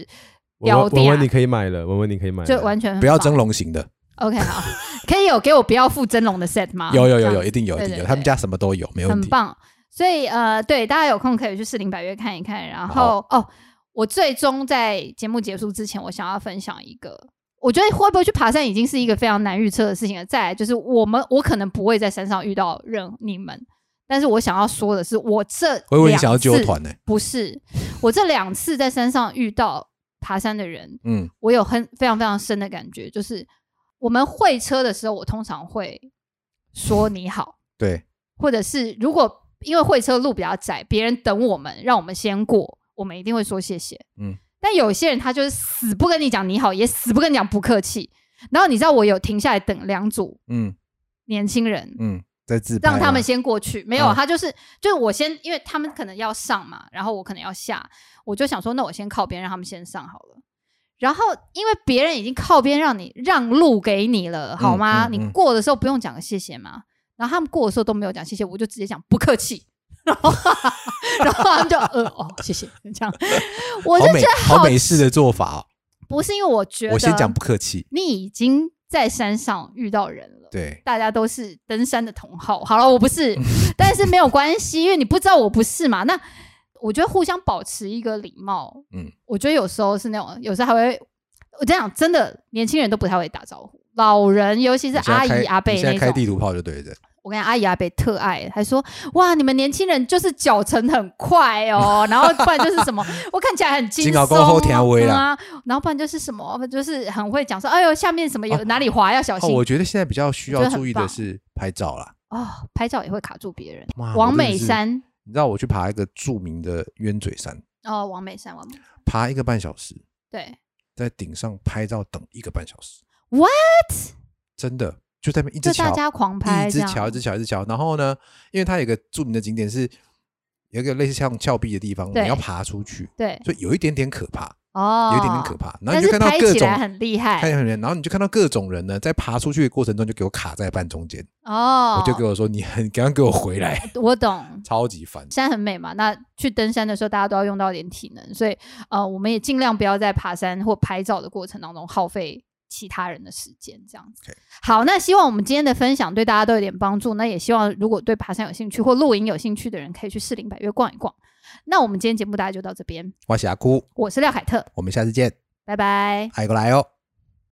Speaker 4: 文
Speaker 3: 标
Speaker 4: 文文
Speaker 3: 点
Speaker 4: 文，你可以买了，文文你可以买了，
Speaker 3: 就完全很
Speaker 2: 不要
Speaker 3: 棒
Speaker 2: 蒸笼型的，
Speaker 3: OK 好， (laughs) 可以有给我不要附蒸笼的 set 吗？
Speaker 2: 有有
Speaker 3: 这
Speaker 2: 有
Speaker 3: 样
Speaker 2: 有，一定有一
Speaker 3: 啊对
Speaker 2: 定
Speaker 3: 对
Speaker 2: 有，
Speaker 3: 对
Speaker 2: 他们家什么都有，没问
Speaker 3: 很
Speaker 2: 题。
Speaker 3: 棒。所以呃，对大家有空可以去士林百越看一看。然后哦，我最终在节目结束之前，我想要分享一个，我觉得会不会去爬山已经是一个非常难预测的事情了。再来就是我们，我可能不会在山上遇到任你们，但是我想要说的是，我这
Speaker 2: 我以为你
Speaker 3: 两
Speaker 2: 想要揪
Speaker 3: 次
Speaker 2: 团呢，
Speaker 3: 不是我这两次在山上遇到爬山的人，
Speaker 2: 嗯，
Speaker 3: 我有很非常非常深的感觉，就是我们会车的时候，我通常会说你好。
Speaker 2: 对，
Speaker 3: 或者是如果因为会车路比较窄，别人等我们，让我们先过，我们一定会说谢谢。
Speaker 2: 嗯
Speaker 3: 嗯，但有些人他就是死不跟你讲你好，也死不跟你讲不客气。然后你知道我有停下来等两组
Speaker 2: 嗯
Speaker 3: 年轻人，
Speaker 2: 嗯，在自拍
Speaker 3: 让他
Speaker 2: 吗
Speaker 3: 们先过去。没有，
Speaker 2: 嗯
Speaker 3: 他就是就是我先，因为他们可能要上嘛，然后我可能要下，我就想说，那我先靠边，让他们先上好了。然后，因为别人已经靠边让你让路给你了，好吗？
Speaker 2: 嗯嗯
Speaker 3: 你过的时候不用讲个谢谢吗？然后他们过的时候都没有讲谢谢，我就直接讲不客气， (laughs) 然后然后他们就呃哦谢谢这样，我就
Speaker 2: 好
Speaker 3: 觉
Speaker 2: 美
Speaker 3: 得
Speaker 2: 好美式的做法哦，
Speaker 3: 不是因为我觉得
Speaker 2: 我先讲不客气，
Speaker 3: 你已经在山上遇到人了，
Speaker 2: 对，
Speaker 3: 大家都是登山的同好。好了，我不
Speaker 2: (laughs)
Speaker 3: 是，但是没有关系，因为你不知道我不是嘛。那我觉得互相保持一个礼貌，
Speaker 2: 嗯
Speaker 3: 嗯，我觉得有时候是那种，有时候还会，我这样真的年轻人都不太会打招呼，老人尤其是
Speaker 2: 你现在
Speaker 3: 阿
Speaker 2: 开
Speaker 3: 姨阿伯
Speaker 2: 你现在开
Speaker 3: 那
Speaker 2: 地
Speaker 3: 种。
Speaker 2: 图炮就对着，
Speaker 3: 我跟你讲阿姨阿伯特爱，还说哇，你们年轻人就是脚程很快
Speaker 2: (laughs)
Speaker 3: 哦，然后不然就是什么，我看起来很轻
Speaker 2: 金 (laughs) 鳌
Speaker 3: 松
Speaker 2: 沟后天威啦
Speaker 3: 啊，然后不然就是什么，就是很会讲说，哎呦，下面什么有
Speaker 2: 哦
Speaker 3: 哪里滑要小
Speaker 2: 哦，
Speaker 3: 心
Speaker 2: 我觉得现在比较需
Speaker 3: 我
Speaker 2: 要
Speaker 3: 觉得很
Speaker 2: 注意的
Speaker 3: 棒
Speaker 2: 是拍照啦。
Speaker 3: 哦，拍照也会卡住别人。
Speaker 2: 哇
Speaker 3: 王美，山
Speaker 2: 啊我真的是你知道我去爬一个著名的鸢嘴山，
Speaker 3: 哦，王美山，王美山
Speaker 2: 爬一个半小时，
Speaker 3: 对，
Speaker 2: 在顶上拍照等一个半小时。
Speaker 3: What？
Speaker 2: 真的就在那边一直
Speaker 3: 就大
Speaker 2: 瞧，
Speaker 3: 家狂拍
Speaker 2: 一
Speaker 3: 这
Speaker 2: 直
Speaker 3: 样，
Speaker 2: 瞧，一直瞧，一直瞧。然后呢，因为它有一个著名的景点是有一个类似像峭壁的地方，
Speaker 3: 对
Speaker 2: 你要爬出去，
Speaker 3: 对
Speaker 2: 所以有一点点可怕，
Speaker 3: 哦，
Speaker 2: 有一点点可怕。然后
Speaker 3: 但
Speaker 2: 你就是看到
Speaker 3: 拍
Speaker 2: 各
Speaker 3: 起
Speaker 2: 种
Speaker 3: 来很厉害
Speaker 2: 看起来很远，然后你就看到各种人呢，在爬出去的过程中就给我卡在半中间，
Speaker 3: 哦
Speaker 2: 我。就给我说你很赶快给我回来，
Speaker 3: 我懂，
Speaker 2: 超级烦。
Speaker 3: 山很美嘛。那去登山的时候，大家都要用到一点体能，所以呃，我们也尽量不要在爬山或拍照的过程当中耗费其他人的时间，这样子。
Speaker 2: OK
Speaker 3: 好，那希望我们今天的分享对大家都有点帮助。那也希望如果对爬山有兴趣或露营有兴趣的人，可以去士林百越逛一逛。那我们今天节目大家就到这边，
Speaker 2: 我是阿哭，
Speaker 3: 我是廖凯特，
Speaker 2: 我们下次见，
Speaker 3: 拜拜。
Speaker 2: 爱过来哦。